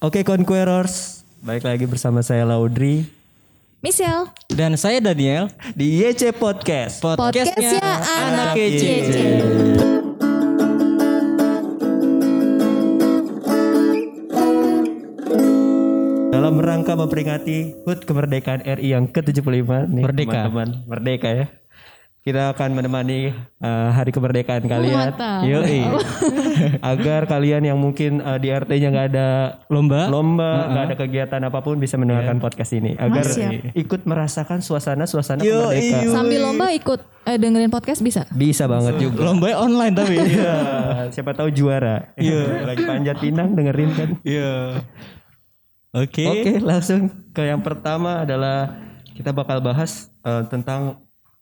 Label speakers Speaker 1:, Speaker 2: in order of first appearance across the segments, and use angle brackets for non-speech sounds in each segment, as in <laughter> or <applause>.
Speaker 1: Oke Conquerors, baik lagi bersama saya Laudri
Speaker 2: Michelle,
Speaker 3: Dan saya Daniel.
Speaker 1: di YC Podcast.
Speaker 2: podcastnya
Speaker 3: Podcastnya
Speaker 2: anak
Speaker 3: anak
Speaker 2: kece.
Speaker 3: kece.
Speaker 1: Dalam rangka memperingati HUT kemerdekaan RI yang ke-75 nih
Speaker 3: Merdeka.
Speaker 1: teman-teman, merdeka ya. Kita akan menemani eh, hari kemerdekaan kalian.
Speaker 2: mantap.
Speaker 1: Yoi. <laughs> Agar kalian yang mungkin eh, di RT-nya nggak ada
Speaker 3: Lomba.
Speaker 1: lomba, nggak ada kegiatan apapun bisa mendengarkan podcast ini agar ikut merasakan suasana-suasana kemerdekaan.
Speaker 2: Sambil lomba ikut eh, dengerin podcast bisa.
Speaker 1: Bisa banget juga.
Speaker 3: Lomba online tapi.
Speaker 1: Iya, siapa tahu juara. Iya, lagi panjat pinang dengerin kan.
Speaker 3: <laughs> Iya. Oke.
Speaker 1: Oke, langsung ke yang pertama adalah kita bakal bahas eh, tentang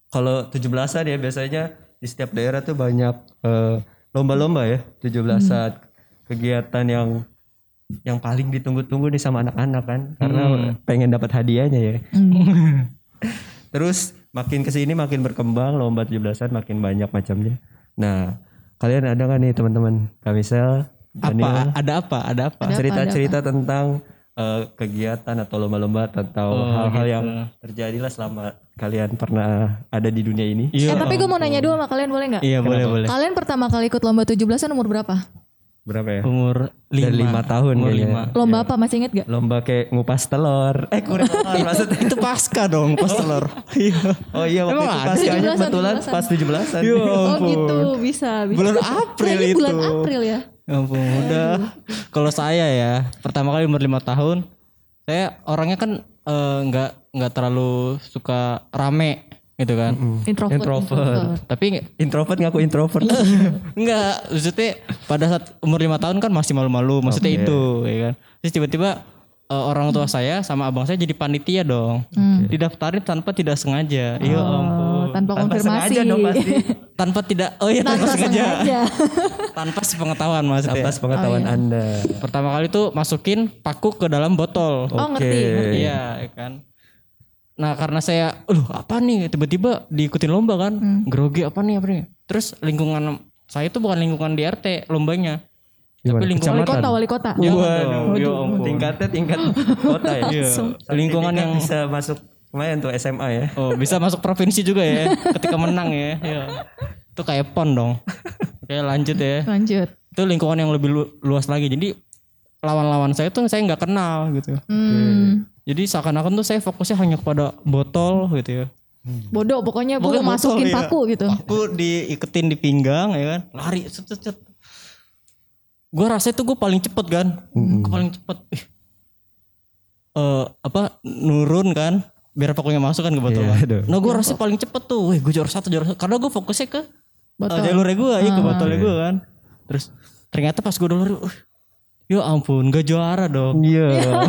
Speaker 1: kalau 17-an ya biasanya di setiap daerah tuh banyak eh, lomba-lomba ya
Speaker 3: Hmm.
Speaker 1: 17-an. Kegiatan yang yang paling ditunggu-tunggu nih sama anak-anak kan karena
Speaker 3: Hmm.
Speaker 1: pengen dapat hadiahnya ya. <laughs> Terus makin kesini makin berkembang lomba 17-an makin banyak macamnya. Nah, kalian ada nggak nih teman-teman? Kamisel,
Speaker 3: Apa? Ada apa? Ada apa?
Speaker 1: cerita-cerita tentang eh, kegiatan atau lomba-lomba atau hal-hal yang terjadilah selama kalian pernah ada di dunia ini.
Speaker 2: Eh tapi gue mau nanya dulu sama kalian boleh nggak?
Speaker 3: Iya boleh boleh.
Speaker 2: Kalian pertama kali ikut lomba 17-an umur berapa?
Speaker 1: Berapa ya?
Speaker 3: Umur
Speaker 1: Dari lima tahun
Speaker 3: Umur
Speaker 1: kayaknya.
Speaker 3: lima.
Speaker 2: Lomba apa masih inget gak?
Speaker 1: Lomba kayak ngupas telur. Eh, <laughs> kupas telur maksudnya.
Speaker 3: Itu pasca dong pas telur. <laughs> Iya.
Speaker 1: Oh iya, waktu
Speaker 3: Emang
Speaker 1: itu
Speaker 3: ada?
Speaker 1: pas kayaknya
Speaker 2: 17-an,
Speaker 1: kebetulan
Speaker 2: 17-an.
Speaker 1: pas 17-an.
Speaker 2: Oh gitu bisa. bisa.
Speaker 3: Bulan April
Speaker 2: Kayaknya bulan
Speaker 3: itu.
Speaker 2: April ya.
Speaker 3: Ya ampun, udah. Kalau saya ya, pertama kali umur lima tahun, saya orangnya kan eh, nggak nggak terlalu suka rame gitu kan.
Speaker 2: Introvert. introvert.
Speaker 3: Tapi
Speaker 1: <laughs> Introvert ngaku introvert.
Speaker 3: Enggak, maksudnya pada saat umur lima tahun kan masih malu-malu, maksudnya itu, ya kan. Terus tiba-tiba eh, orang tua saya sama abang saya jadi panitia dong.
Speaker 2: Hmm.
Speaker 3: Didaftarin tanpa tidak sengaja. Iya, ampun.
Speaker 2: Oh, tanpa, konfirmasi.
Speaker 1: sengaja
Speaker 2: <laughs>
Speaker 1: dong pasti.
Speaker 3: Tanpa tidak oh iya tanpa,
Speaker 2: Tanpa
Speaker 3: sengaja.
Speaker 2: sengaja.
Speaker 3: <laughs> tanpa sepengetahuan maksudnya.
Speaker 1: Pas pengetahuan Anda.
Speaker 3: Pertama kali tuh masukin paku ke dalam botol.
Speaker 2: Oh ngerti. ngerti.
Speaker 3: Iya, ya kan. Nah, karena saya, aduh apa nih tiba-tiba diikutin lomba kan?
Speaker 2: Hmm.
Speaker 3: Grogi apa nih apa nih? Terus lingkungan saya itu bukan lingkungan di RT lombanya.
Speaker 1: Gimana?
Speaker 3: Tapi lingkungan
Speaker 2: Wali kota, wali kota.
Speaker 3: Jangan
Speaker 1: Waduh,
Speaker 3: dong, ya ampun.
Speaker 1: tingkatnya tingkat kota ya. Sampai
Speaker 3: Lingkungan
Speaker 1: tingkat
Speaker 3: yang
Speaker 1: bisa masuk lumayan tuh SMA ya.
Speaker 3: oh, bisa masuk provinsi juga ya ketika menang ya. Iya. Itu kayak pon dong. Oke, lanjut ya.
Speaker 2: Lanjut.
Speaker 3: Itu lingkungan yang lebih lu- luas lagi. Jadi lawan-lawan saya tuh saya nggak kenal gitu.
Speaker 2: Hmm.
Speaker 3: Jadi seakan-akan tuh saya fokusnya hanya kepada botol gitu ya.
Speaker 2: Bodoh pokoknya gue
Speaker 3: iya.
Speaker 2: masukin paku gitu.
Speaker 3: Aku diiketin di pinggang ya kan. Lari cet cet cet. Gua rasanya tuh gue paling cepet kan. Gua paling cepet. Ih. Eh, apa nurun kan biar pakunya masuk kan ke botol.
Speaker 1: Iya,
Speaker 3: kan.
Speaker 1: aduh.
Speaker 3: Nah gue rasanya paling cepet tuh. Wih gue juara satu juara satu. Karena gue fokusnya ke
Speaker 2: Botol. Ah.
Speaker 3: eh, jalurnya gue ya ke botolnya gue kan. Terus ternyata pas gue dulu Ya ampun gak juara
Speaker 1: <laughs>
Speaker 3: dong. <laughs>
Speaker 1: Iya.
Speaker 3: Ya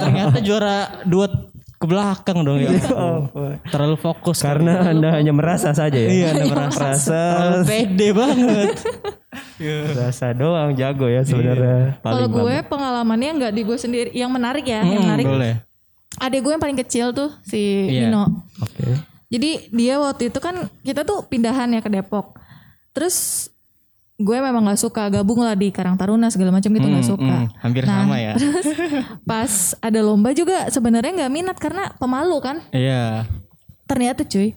Speaker 3: ternyata juara dua ke belakang dong ya. ampun. Terlalu fokus
Speaker 1: Iya.
Speaker 3: kan.
Speaker 1: Karena Anda hanya merasa saja ya. Iya, Anda merasa.
Speaker 3: Terlalu pede banget.
Speaker 1: Merasa doang jago ya
Speaker 3: Iya.
Speaker 1: sebenarnya.
Speaker 2: Kalau
Speaker 1: Paling
Speaker 2: gue pengalamannya nggak di gue sendiri. Yang menarik ya,
Speaker 3: Hmm.
Speaker 2: yang menarik.
Speaker 3: Boleh.
Speaker 2: Adek gue yang paling kecil tuh si
Speaker 3: Iya.
Speaker 2: Nino.
Speaker 1: Oke.
Speaker 2: Jadi dia waktu itu kan kita tuh pindahan ya ke Depok. Terus gue memang nggak suka gabung lah di Karang Taruna segala macam gitu nggak suka.
Speaker 3: Hmm, hampir sama ya.
Speaker 2: <laughs> Terus pas ada lomba juga sebenarnya nggak minat karena pemalu kan.
Speaker 3: Iya.
Speaker 2: Ternyata cuy,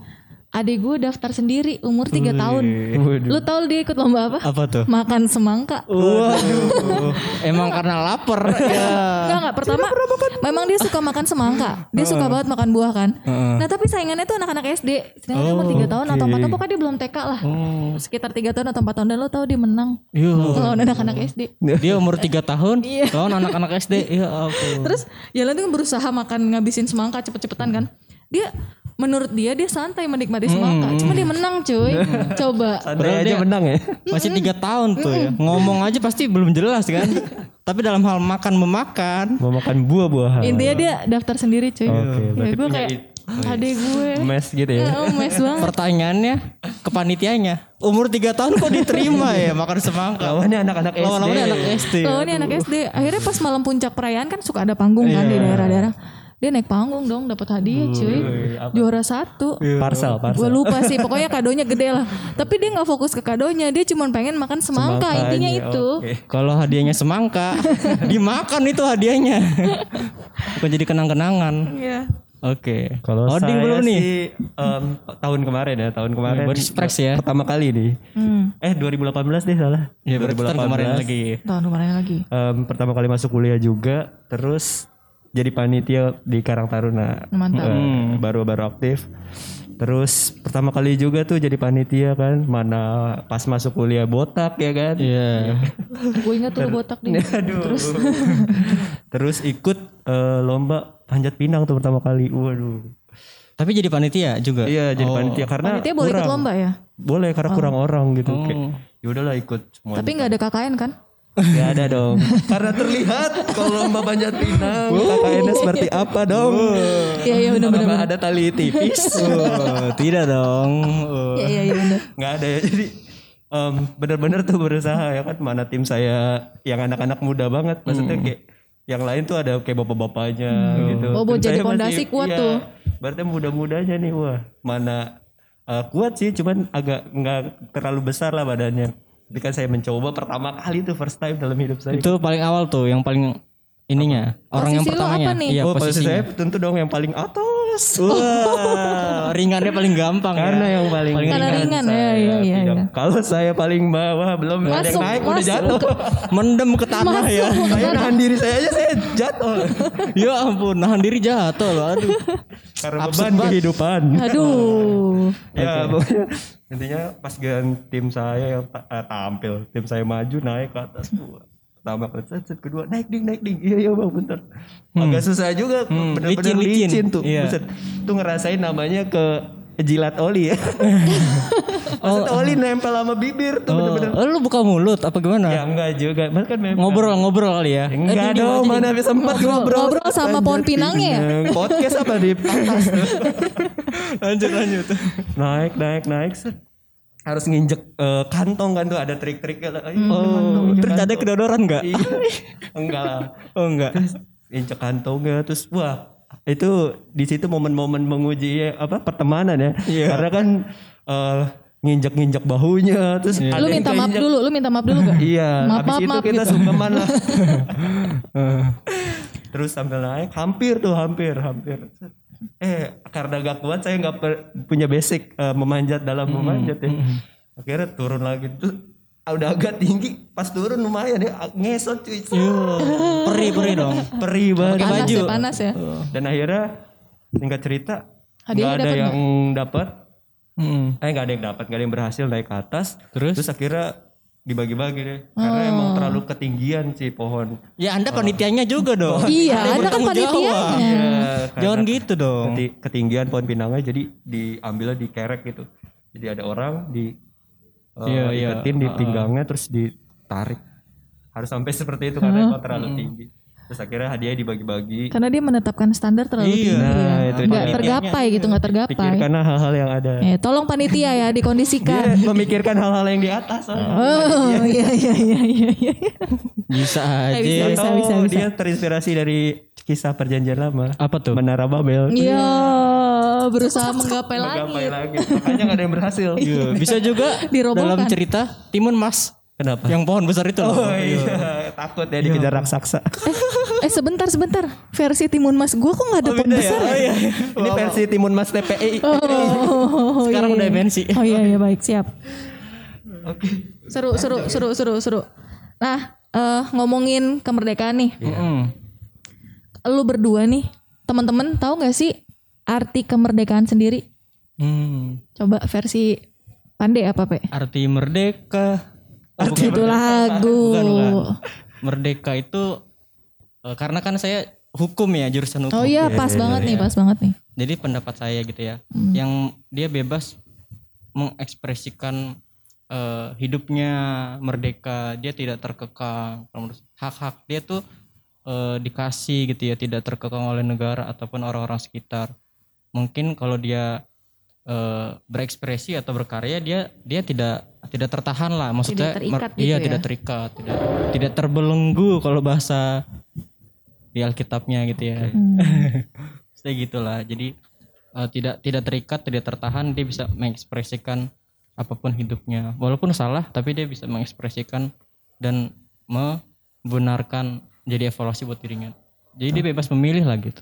Speaker 2: adik gue daftar sendiri umur 3 tahun. Lu tahu dia ikut lomba apa?
Speaker 3: Apa tuh?
Speaker 2: Makan semangka.
Speaker 3: Emang karena lapar. <laughs> ya.
Speaker 2: Enggak enggak pertama memang dia suka makan semangka dia suka banget makan buah kan nah tapi saingannya tuh anak-anak SD sedangkan dia umur 3 tahun atau 4 tahun pokoknya dia belum TK lah sekitar 3 tahun atau 4 tahun dan lo tau dia menang lawan anak-anak SD
Speaker 3: Dia umur 3 tahun lawan anak-anak SD. Iya, oke.
Speaker 2: terus Yalan tuh kan berusaha makan ngabisin semangka cepet-cepetan kan dia menurut dia dia santai menikmati semangka cuma dia menang cuy coba
Speaker 1: Andai aja menang ya.
Speaker 3: Masih 3 tahun tuh ya. Ngomong aja pasti belum jelas <laughs> kan. Tapi dalam hal makan memakan.
Speaker 1: Mau makan buah-buahan.
Speaker 2: intinya dia daftar sendiri cuy ya gue kayak adek gue
Speaker 1: Mes gitu ya.
Speaker 2: Oh, mes banget.
Speaker 3: Pertanyaannya kepanitianya. Umur 3 tahun kok diterima ya makan semangka.
Speaker 1: Lawannya anak-anak SD. Iya.
Speaker 3: Lawan-lawannya anak SD.
Speaker 1: Iya.
Speaker 2: Oh ini anak SD. Akhirnya pas malam puncak perayaan kan suka ada panggung kan di daerah-daerah. Dia naik panggung dong dapat
Speaker 1: Hmm.
Speaker 2: hadiah cuy.
Speaker 1: iya,
Speaker 2: Juara satu.
Speaker 3: Iya.
Speaker 1: Parcel, parcel.
Speaker 2: Gue lupa sih,
Speaker 1: <laughs>
Speaker 2: pokoknya kadonya gede lah. Tapi dia nggak fokus ke kadonya, dia cuma pengen makan semangka, intinya
Speaker 1: Makanya,
Speaker 2: itu.
Speaker 1: oke.
Speaker 3: Eh, Kalau hadiahnya semangka, <laughs> dimakan itu hadiahnya. Bukan jadi kenang-kenangan.
Speaker 2: Iya.
Speaker 3: Oke.
Speaker 1: Kalau
Speaker 3: Holding
Speaker 1: saya
Speaker 3: belum nih.
Speaker 1: sih em, tahun kemarin ya, tahun kemarin.
Speaker 3: Baru spres ya.
Speaker 1: Pertama kali nih.
Speaker 2: Hmm,
Speaker 1: Eh 2018 deh salah.
Speaker 3: Ya berarti tahun kemarin lagi.
Speaker 2: tahun kemarin lagi.
Speaker 1: Em, pertama kali masuk kuliah juga, terus jadi panitia di Karang Taruna.
Speaker 2: Mantap.
Speaker 1: Eh, Baru-baru aktif. Terus pertama kali juga tuh jadi panitia kan, mana pas masuk kuliah botak ya kan.
Speaker 3: Iya.
Speaker 2: Gue ingat tuh lu botak
Speaker 1: <laughs>
Speaker 2: nih.
Speaker 1: Terus terus ikut eh, lomba panjat pinang tuh pertama kali. Waduh.
Speaker 3: Tapi jadi panitia juga.
Speaker 1: Iya, jadi panitia karena
Speaker 2: Panitia boleh ikut lomba ya?
Speaker 1: boleh karena kurang orang gitu. Oke. Ya udahlah ikut semua.
Speaker 2: Tapi nggak ada KKN kan?
Speaker 1: Gak ada dong. <laughs> Karena terlihat kalau lomba panjat pinang KKN-nya seperti apa dong?
Speaker 2: Iya iya benar benar.
Speaker 1: Apakah ada tali tipis?
Speaker 3: Oh, tidak dong. Oh.
Speaker 2: Iya iya iya benar.
Speaker 1: Nggak ada ya. Jadi em, bener-bener tuh berusaha ya kan mana tim saya yang anak-anak muda banget maksudnya kayak yang lain tuh ada kayak bapak-bapaknya gitu.
Speaker 2: Hmm. Oh,
Speaker 1: Tim
Speaker 2: jadi
Speaker 1: saya masih-
Speaker 2: pondasi kuat
Speaker 1: iya,
Speaker 2: tuh.
Speaker 1: Berarti muda-mudanya nih wah mana eh, kuat sih cuman agak nggak terlalu besar lah badannya. Ketika saya mencoba pertama kali tuh first time dalam hidup saya.
Speaker 3: Itu paling awal tuh, yang paling ininya, orang yang
Speaker 2: Posisi lu
Speaker 3: pertamanya.
Speaker 2: apa nih?
Speaker 3: Iya,
Speaker 1: oh, posisi
Speaker 3: posisinya.
Speaker 1: saya tentu dong yang paling atas. <laughs>
Speaker 3: Wah, Eh, ringannya paling gampang
Speaker 1: Karena
Speaker 3: ya.
Speaker 1: yang paling,
Speaker 2: Karena ringan,
Speaker 1: saya
Speaker 2: ya, iya, iya,
Speaker 1: tidak. Kalau saya paling bawah belum ada yang
Speaker 2: Masuk,
Speaker 1: naik udah
Speaker 2: masuk.
Speaker 1: jatuh.
Speaker 3: Mendem ke tanah ya. <laughs>
Speaker 1: saya nahan diri saya aja saya jatuh.
Speaker 3: ya ampun, nahan diri jatuh loh. Aduh.
Speaker 1: Karena
Speaker 3: Absurd
Speaker 1: beban
Speaker 3: banget.
Speaker 1: kehidupan.
Speaker 2: Aduh.
Speaker 1: <laughs> ya pokoknya intinya pas ganti tim saya yang ta- eh, tampil, tim saya maju naik ke atas. Wah, Pertama kali set, set, kedua naik ding naik ding. Iya iya bang bentar. Agak susah juga bener-bener
Speaker 3: licin, licin.
Speaker 1: licin, tuh.
Speaker 3: Iya.
Speaker 1: Buset. Tuh ngerasain namanya ke jilat <laughs> oli ya. Maksudnya oli nempel sama bibir tuh bener-bener
Speaker 3: Oh, lu buka mulut apa gimana?
Speaker 1: Ya enggak juga, Mas kan memang Eh,
Speaker 3: Ngobrol-ngobrol kali ya.
Speaker 1: Enggak dong, mana bisa sempat ngobrol.
Speaker 2: ngobrol sama pohon pinangnya ya?
Speaker 1: Pinang. Podcast apa di atas.
Speaker 3: Lanjut lanjut.
Speaker 1: naik, naik, naik. set. Harus nginjek eh, kantong kan tuh ada trik-triknya. lah. Ayo, kantong,
Speaker 3: Oh,
Speaker 1: injek
Speaker 3: terus ada
Speaker 1: kantong.
Speaker 3: kedodoran enggak?
Speaker 1: Iya. <laughs> enggak lah.
Speaker 3: Oh, enggak.
Speaker 1: Injek kantongnya terus wah itu di situ momen-momen menguji ya, apa pertemanan ya.
Speaker 3: Iya.
Speaker 1: Karena kan eh, nginjek-nginjek bahunya terus ada
Speaker 2: Lu
Speaker 1: yang
Speaker 2: minta maaf
Speaker 1: keinjek.
Speaker 2: dulu, lu minta maaf dulu gak?
Speaker 1: Iya,
Speaker 2: Maaf,
Speaker 1: habis
Speaker 2: maaf,
Speaker 1: itu
Speaker 2: maaf
Speaker 1: kita
Speaker 2: gitu.
Speaker 1: sungkeman lah. Terus sambil naik, hampir tuh, hampir, hampir. Eh, karena gak kuat, saya nggak per- punya basic eh, memanjat dalam memanjat ya. Akhirnya turun lagi tuh, ah, udah agak tinggi, pas turun lumayan ya, ah, ngesot cuy,
Speaker 3: Peri-peri dong.
Speaker 1: perih banget.
Speaker 2: Panas ya, panas ya.
Speaker 1: Dan akhirnya singkat cerita, nggak
Speaker 2: Hadiahnya
Speaker 1: ada
Speaker 2: dapet
Speaker 1: yang dapat,
Speaker 3: Hmm.
Speaker 1: Eh nggak ada yang dapat, nggak ada yang berhasil naik ke atas.
Speaker 3: Terus?
Speaker 1: Terus akhirnya dibagi-bagi deh, karena
Speaker 2: Oh.
Speaker 1: emang terlalu ketinggian sih pohon.
Speaker 3: Ya Anda panitianya juga <laughs> dong.
Speaker 2: Iya,
Speaker 3: Ada yang
Speaker 2: Anda kan
Speaker 3: bertanggung jawab.
Speaker 2: panitianya.
Speaker 1: Ya, karena
Speaker 3: Jangan gitu dong.
Speaker 1: keti- ketinggian pohon pinangnya jadi diambilnya di kerek gitu. Jadi ada orang di eh,
Speaker 3: Iya, iya.
Speaker 1: iketin di pinggangnya terus ditarik. Harus sampai seperti itu karena
Speaker 2: Hmm.
Speaker 1: emang terlalu tinggi. Terus akhirnya hadiah dibagi-bagi.
Speaker 2: Karena dia menetapkan standar terlalu tinggi.
Speaker 1: Nah,
Speaker 2: ya.
Speaker 1: itu
Speaker 2: Nggak tergapai gitu, nggak tergapai.
Speaker 1: Pikirkan hal-hal yang
Speaker 2: <laughs>
Speaker 1: ada. Eh,
Speaker 2: Eh, tolong panitia ya dikondisikan.
Speaker 1: Memikirkan hal-hal yang di atas. soalnya.
Speaker 2: Oh, iya iya iya iya. iya.
Speaker 3: Bisa aja.
Speaker 2: Bisa bisa
Speaker 1: Atau
Speaker 2: iya, bisa. bisa.
Speaker 1: dia terinspirasi dari kisah perjanjian lama.
Speaker 3: Apa tuh?
Speaker 1: Menara Babel.
Speaker 2: Iya, berusaha menggapai lagi.
Speaker 1: Gapai lagi. Makanya gak ada yang berhasil.
Speaker 3: Iya, bisa juga
Speaker 2: Dirobohkan.
Speaker 3: dalam cerita Timun Mas.
Speaker 1: Kenapa?
Speaker 3: Yang pohon besar itu loh.
Speaker 1: Oh iya, takut ya dikejar <laughs> raksasa.
Speaker 2: Eh sebentar sebentar, versi timun mas gue kok nggak ada pot besar. ya?
Speaker 1: Oh, iya. Ini versi Timun Mas TPI.
Speaker 2: Oh, oh, oh, oh, iya,
Speaker 3: Sekarang udah
Speaker 2: iya.
Speaker 3: dimensi.
Speaker 2: Oh iya iya baik siap.
Speaker 1: Oke.
Speaker 2: Seru seru seru seru seru. Nah eh, ngomongin kemerdekaan nih,
Speaker 3: Mm.
Speaker 2: lu berdua nih teman-teman tahu nggak sih arti kemerdekaan sendiri?
Speaker 3: Hmm.
Speaker 2: Coba versi Pande apa pe?
Speaker 3: Arti merdeka.
Speaker 2: Arti itu lagu.
Speaker 3: Bukan, bukan. Merdeka itu eh, karena kan saya hukum ya jurusan hukum.
Speaker 2: Oh iya pas banget nih pas banget nih.
Speaker 3: Jadi pendapat saya gitu ya, yang dia bebas mengekspresikan eh, hidupnya merdeka, dia tidak terkekang. Kalau menurut- Hak-hak dia tuh eh, dikasih gitu ya, tidak terkekang oleh negara ataupun orang-orang sekitar. Mungkin kalau dia eh, berekspresi atau berkarya dia dia tidak tidak tertahan lah, maksudnya
Speaker 2: Tidak terikat
Speaker 3: mer- iya
Speaker 2: gitu ya.
Speaker 3: tidak terikat, tidak tidak terbelenggu kalau bahasa di Alkitabnya gitu ya.
Speaker 2: Hmm.
Speaker 3: Saya gitulah. Jadi eh, tidak tidak terikat, tidak tertahan, dia bisa mengekspresikan apapun hidupnya. Walaupun salah, tapi dia bisa mengekspresikan dan membenarkan jadi evaluasi buat dirinya. Jadi dia bebas memilih lah gitu.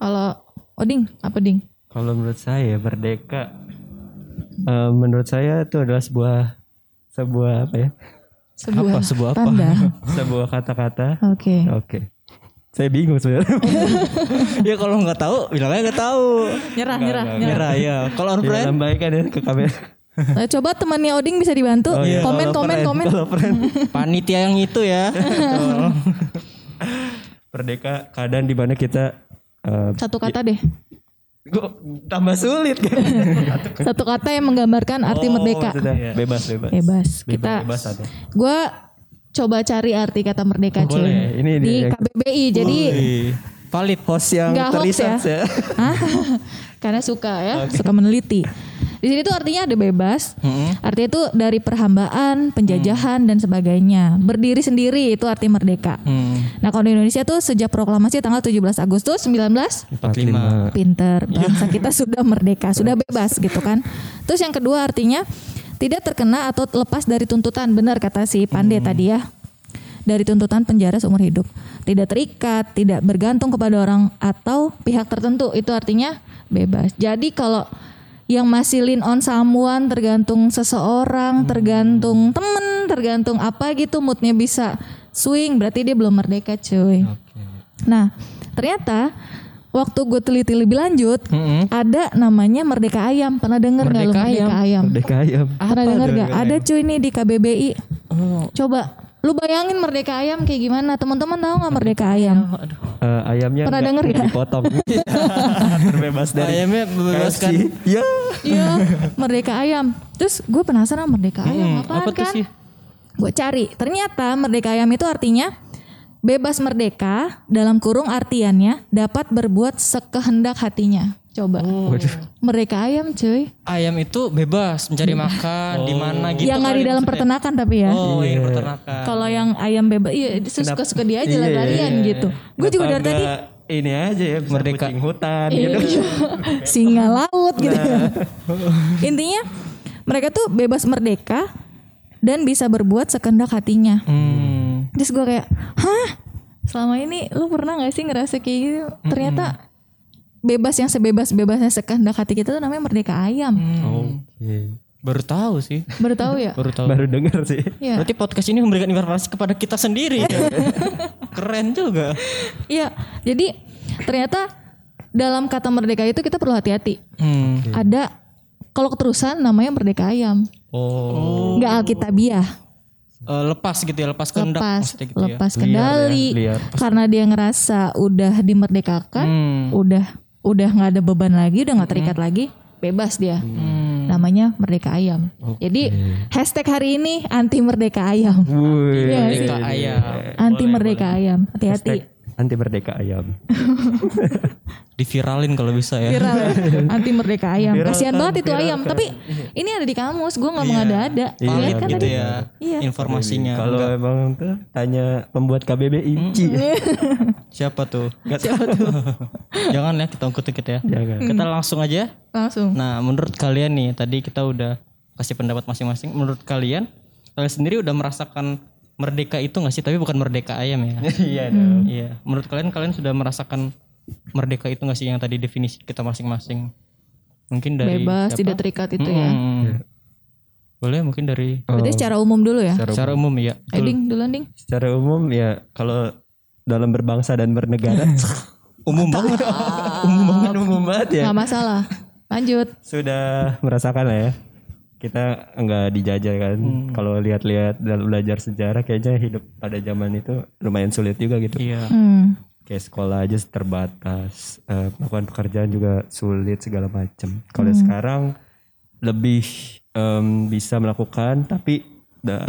Speaker 2: Kalau Oding, apa Ding?
Speaker 1: Kalau menurut saya merdeka, eh, menurut saya itu adalah sebuah sebuah apa ya?
Speaker 2: Sebuah,
Speaker 3: Apa, sebuah apa?
Speaker 2: tanda.
Speaker 1: Sebuah kata-kata.
Speaker 2: Oke.
Speaker 1: Oke. Saya bingung sebenarnya.
Speaker 3: <laughs> ya kalau nggak tahu, bilangnya nggak tahu.
Speaker 2: Nyerah, nyerah, nyerah.
Speaker 3: Merah ya. Kalau orang friend,
Speaker 1: Dilambaikan ya ke kamera.
Speaker 2: Nah, coba temannya Oding bisa dibantu. Komen,
Speaker 1: Kalau
Speaker 2: komen,
Speaker 1: friend,
Speaker 2: komen.
Speaker 1: Kalau friend.
Speaker 3: Iya, panitia yang itu ya. Tolong.
Speaker 1: Oh. Merdeka keadaan di mana kita eh,
Speaker 2: Satu kata deh.
Speaker 1: Kok tambah <laughs> sulit kan?
Speaker 2: Satu kata yang menggambarkan arti merdeka.
Speaker 1: Maksudnya, Bebas, bebas.
Speaker 2: Bebas. Kita
Speaker 1: bebas ada.
Speaker 2: gue coba cari arti kata merdeka cuy.
Speaker 1: Ini
Speaker 2: Di
Speaker 1: dia.
Speaker 2: KBBI. Jadi
Speaker 3: <laughs> valid.
Speaker 1: host yang
Speaker 2: Nggak hoax
Speaker 1: terlihat
Speaker 2: ya.
Speaker 1: ya.
Speaker 2: Hah? <laughs> Karena suka ya, suka meneliti. Di sini tuh artinya ada bebas. Artinya itu dari perhambaan, penjajahan
Speaker 1: Mm.
Speaker 2: dan sebagainya. Berdiri sendiri itu arti merdeka.
Speaker 1: Mm.
Speaker 2: Nah, kalau di Indonesia tuh sejak proklamasi tanggal 17 Agustus 19
Speaker 3: 45.
Speaker 2: pinter bangsa kita sudah merdeka sudah bebas gitu kan terus yang kedua artinya tidak terkena atau lepas dari tuntutan benar kata si Pandey tadi ya dari tuntutan penjara seumur hidup tidak terikat tidak bergantung kepada orang atau pihak tertentu itu artinya bebas jadi kalau yang masih lean on someone tergantung seseorang tergantung temen tergantung apa gitu moodnya bisa swing berarti dia belum merdeka cuy Nah, ternyata waktu gue teliti lebih lanjut, ada namanya Merdeka Ayam. Pernah denger nggak lu Merdeka Ayam?
Speaker 1: Merdeka ayam.
Speaker 2: Pernah denger nggak? Ada cuy nih di KBBI. Coba lu bayangin Merdeka Ayam kayak gimana? Teman-teman tahu nggak Merdeka Ayam?
Speaker 1: Eh, ayamnya
Speaker 2: Pernah
Speaker 1: nggak-
Speaker 2: denger
Speaker 1: nggak
Speaker 2: nggak? <laughs>
Speaker 1: dipotong. Terbebas dari
Speaker 3: Ayamnya
Speaker 1: KFC.
Speaker 3: membebaskan.
Speaker 1: Ya.
Speaker 2: Iya, Merdeka Ayam. Terus gue penasaran Merdeka Ayam apaan
Speaker 3: Hmm, apa tuh
Speaker 2: kan?
Speaker 3: sih?
Speaker 2: Gue cari. Ternyata Merdeka Ayam itu artinya bebas merdeka dalam kurung artiannya dapat berbuat sekehendak hatinya. Coba.
Speaker 3: Oh.
Speaker 2: Merdeka Ayam cuy.
Speaker 3: Ayam itu bebas <laughs> mencari makan di mana gitu.
Speaker 2: yang nggak di
Speaker 3: kali
Speaker 2: dalam
Speaker 3: maksudnya.
Speaker 2: peternakan tapi ya.
Speaker 3: Oh, yang peternakan.
Speaker 2: Kalau yang ayam bebas, iya itu suka-suka dia aja
Speaker 3: iya,
Speaker 2: lah larian gitu. Gue juga dari tadi
Speaker 1: Nggak ini aja ya bisa
Speaker 3: Merdeka.
Speaker 1: kucing hutan gitu.
Speaker 2: iya, singa laut gitu.
Speaker 3: Nah.
Speaker 2: ya. Intinya mereka tuh bebas merdeka dan bisa berbuat sekendak hatinya.
Speaker 3: Hmm.
Speaker 2: Terus gue kayak, hah? Selama ini lu pernah gak sih ngerasa kayak gitu? Ternyata bebas yang sebebas-bebasnya sekendak hati kita tuh namanya merdeka
Speaker 1: Mm.
Speaker 2: ayam.
Speaker 1: Oke.
Speaker 3: Baru tahu sih.
Speaker 2: Baru tahu ya?
Speaker 3: Baru
Speaker 1: Oh.
Speaker 3: tahu.
Speaker 1: Baru denger sih.
Speaker 2: Iya.
Speaker 3: Berarti podcast ini memberikan informasi kepada kita sendiri.
Speaker 2: <laughs>
Speaker 3: Keren juga.
Speaker 2: Iya. Jadi ternyata dalam kata merdeka itu kita perlu hati-hati.
Speaker 3: Hmm.
Speaker 2: ada kalau keterusan namanya merdeka ayam
Speaker 1: Oh.
Speaker 2: nggak alkitabiah
Speaker 3: Eh, lepas gitu ya, lepas kehendak
Speaker 2: lepas
Speaker 3: maksudnya gitu ya.
Speaker 2: lepas kendali
Speaker 1: liar.
Speaker 2: karena dia ngerasa udah dimerdekakan
Speaker 3: Hmm.
Speaker 2: udah udah nggak ada beban lagi udah nggak terikat lagi bebas dia
Speaker 3: Hmm.
Speaker 2: namanya merdeka ayam jadi hashtag hari ini anti merdeka ayam
Speaker 1: Wuih.
Speaker 2: Iya sih.
Speaker 3: Kita ayam
Speaker 2: anti merdeka ayam hati-hati
Speaker 1: Anti merdeka ayam.
Speaker 3: diviralin kalau bisa ya.
Speaker 2: viral ya. anti merdeka ayam kasihan banget itu ayam tapi ini ada di kamus gue nggak mengada-ada
Speaker 3: Valid
Speaker 2: Lihat kan
Speaker 3: Iya. gitu
Speaker 2: tadi
Speaker 3: ya
Speaker 2: Iya.
Speaker 3: informasinya.
Speaker 1: Kalau emang tuh tanya pembuat KBBI. Ci.
Speaker 3: Siapa tuh? <laughs> Jangan ya kita ungkit-ungkit ya.
Speaker 2: Hmm.
Speaker 1: Jangan.
Speaker 3: Kita langsung aja.
Speaker 2: langsung
Speaker 3: Nah, menurut kalian nih, tadi kita udah kasih pendapat masing-masing. Menurut kalian, kalian sendiri udah merasakan merdeka itu nggak sih? Tapi bukan merdeka ayam ya.
Speaker 1: Iya dong.
Speaker 2: Hmm.
Speaker 3: Iya. Menurut kalian, kalian sudah merasakan merdeka itu nggak sih yang tadi definisi kita masing-masing? Mungkin dari
Speaker 2: bebas tidak terikat itu ya
Speaker 3: Hmm. Boleh mungkin dari
Speaker 2: Berarti secara umum dulu ya.
Speaker 3: secara umum ya.
Speaker 2: Eh, Ding, duluan Ding.
Speaker 1: Secara umum ya kalau dalam berbangsa dan bernegara
Speaker 2: <laughs> Ah.
Speaker 3: Umum banget. <laughs>
Speaker 1: umum banget umum banget ya.
Speaker 2: Nggak masalah. Lanjut.
Speaker 1: Sudah merasakan lah ya. Kita nggak dijajah kan. Kalau lihat-lihat dan belajar sejarah kayaknya hidup pada zaman itu lumayan sulit juga gitu.
Speaker 3: Iya.
Speaker 2: Hmm.
Speaker 1: Kayak sekolah aja terbatas, eh, melakukan pekerjaan juga sulit segala macam. Kalau sekarang lebih em, bisa melakukan, tapi da-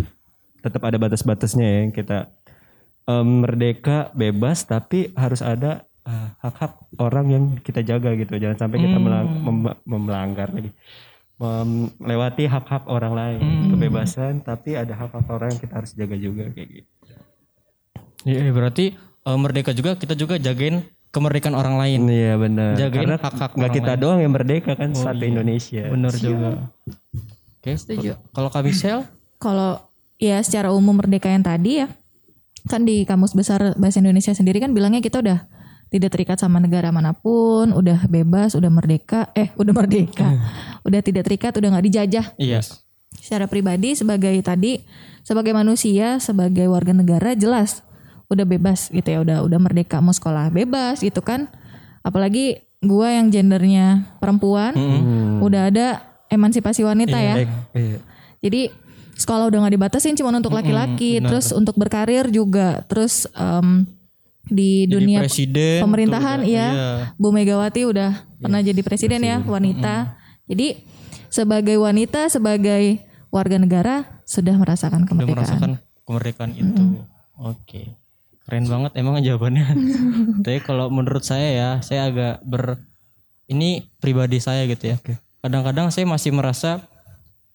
Speaker 1: tetap ada batas-batasnya ya yang kita em, merdeka, bebas, tapi harus ada eh, hak-hak orang yang kita jaga gitu. Jangan sampai kita melang- mem- melanggar lagi, Mem- melewati hak-hak orang lain, kebebasan, tapi ada hak-hak orang yang kita harus jaga juga kayak gitu.
Speaker 3: Iya, berarti eh, eh, merdeka juga kita juga jagain kemerdekaan orang lain.
Speaker 1: Iya benar.
Speaker 3: Jagain
Speaker 1: Karena
Speaker 3: hak-hak
Speaker 1: nggak
Speaker 3: orang Oh, iya.
Speaker 1: kita doang yang merdeka kan satu Indonesia.
Speaker 3: Bener juga. Oke,
Speaker 2: Setuju.
Speaker 3: kalau Kak Michelle,
Speaker 2: Kalau ya secara umum merdeka yang tadi ya, kan di kamus besar bahasa Indonesia sendiri kan bilangnya kita udah tidak terikat sama negara manapun, udah bebas, udah merdeka, eh udah merdeka, udah tidak terikat, udah nggak dijajah.
Speaker 3: iya.
Speaker 2: Secara pribadi sebagai tadi, sebagai manusia, sebagai warga negara jelas udah bebas gitu ya, udah udah merdeka mau sekolah bebas gitu kan. Apalagi gua yang gendernya perempuan, udah ada emansipasi wanita ya.
Speaker 1: Iya.
Speaker 2: Jadi sekolah udah nggak dibatasin cuma untuk laki-laki, terus untuk berkarir juga, terus em, di dunia
Speaker 3: presiden,
Speaker 2: pemerintahan
Speaker 3: tuh udah,
Speaker 2: ya. Bu Megawati udah pernah jadi presiden ya, wanita. Jadi sebagai wanita, sebagai warga negara sudah merasakan
Speaker 3: udah
Speaker 2: kemerdekaan.
Speaker 3: merasakan kemerdekaan itu. Oke. Keren banget emang jawabannya. Tapi kalau menurut saya ya, saya agak ber ini pribadi saya gitu ya. Kadang-kadang saya masih merasa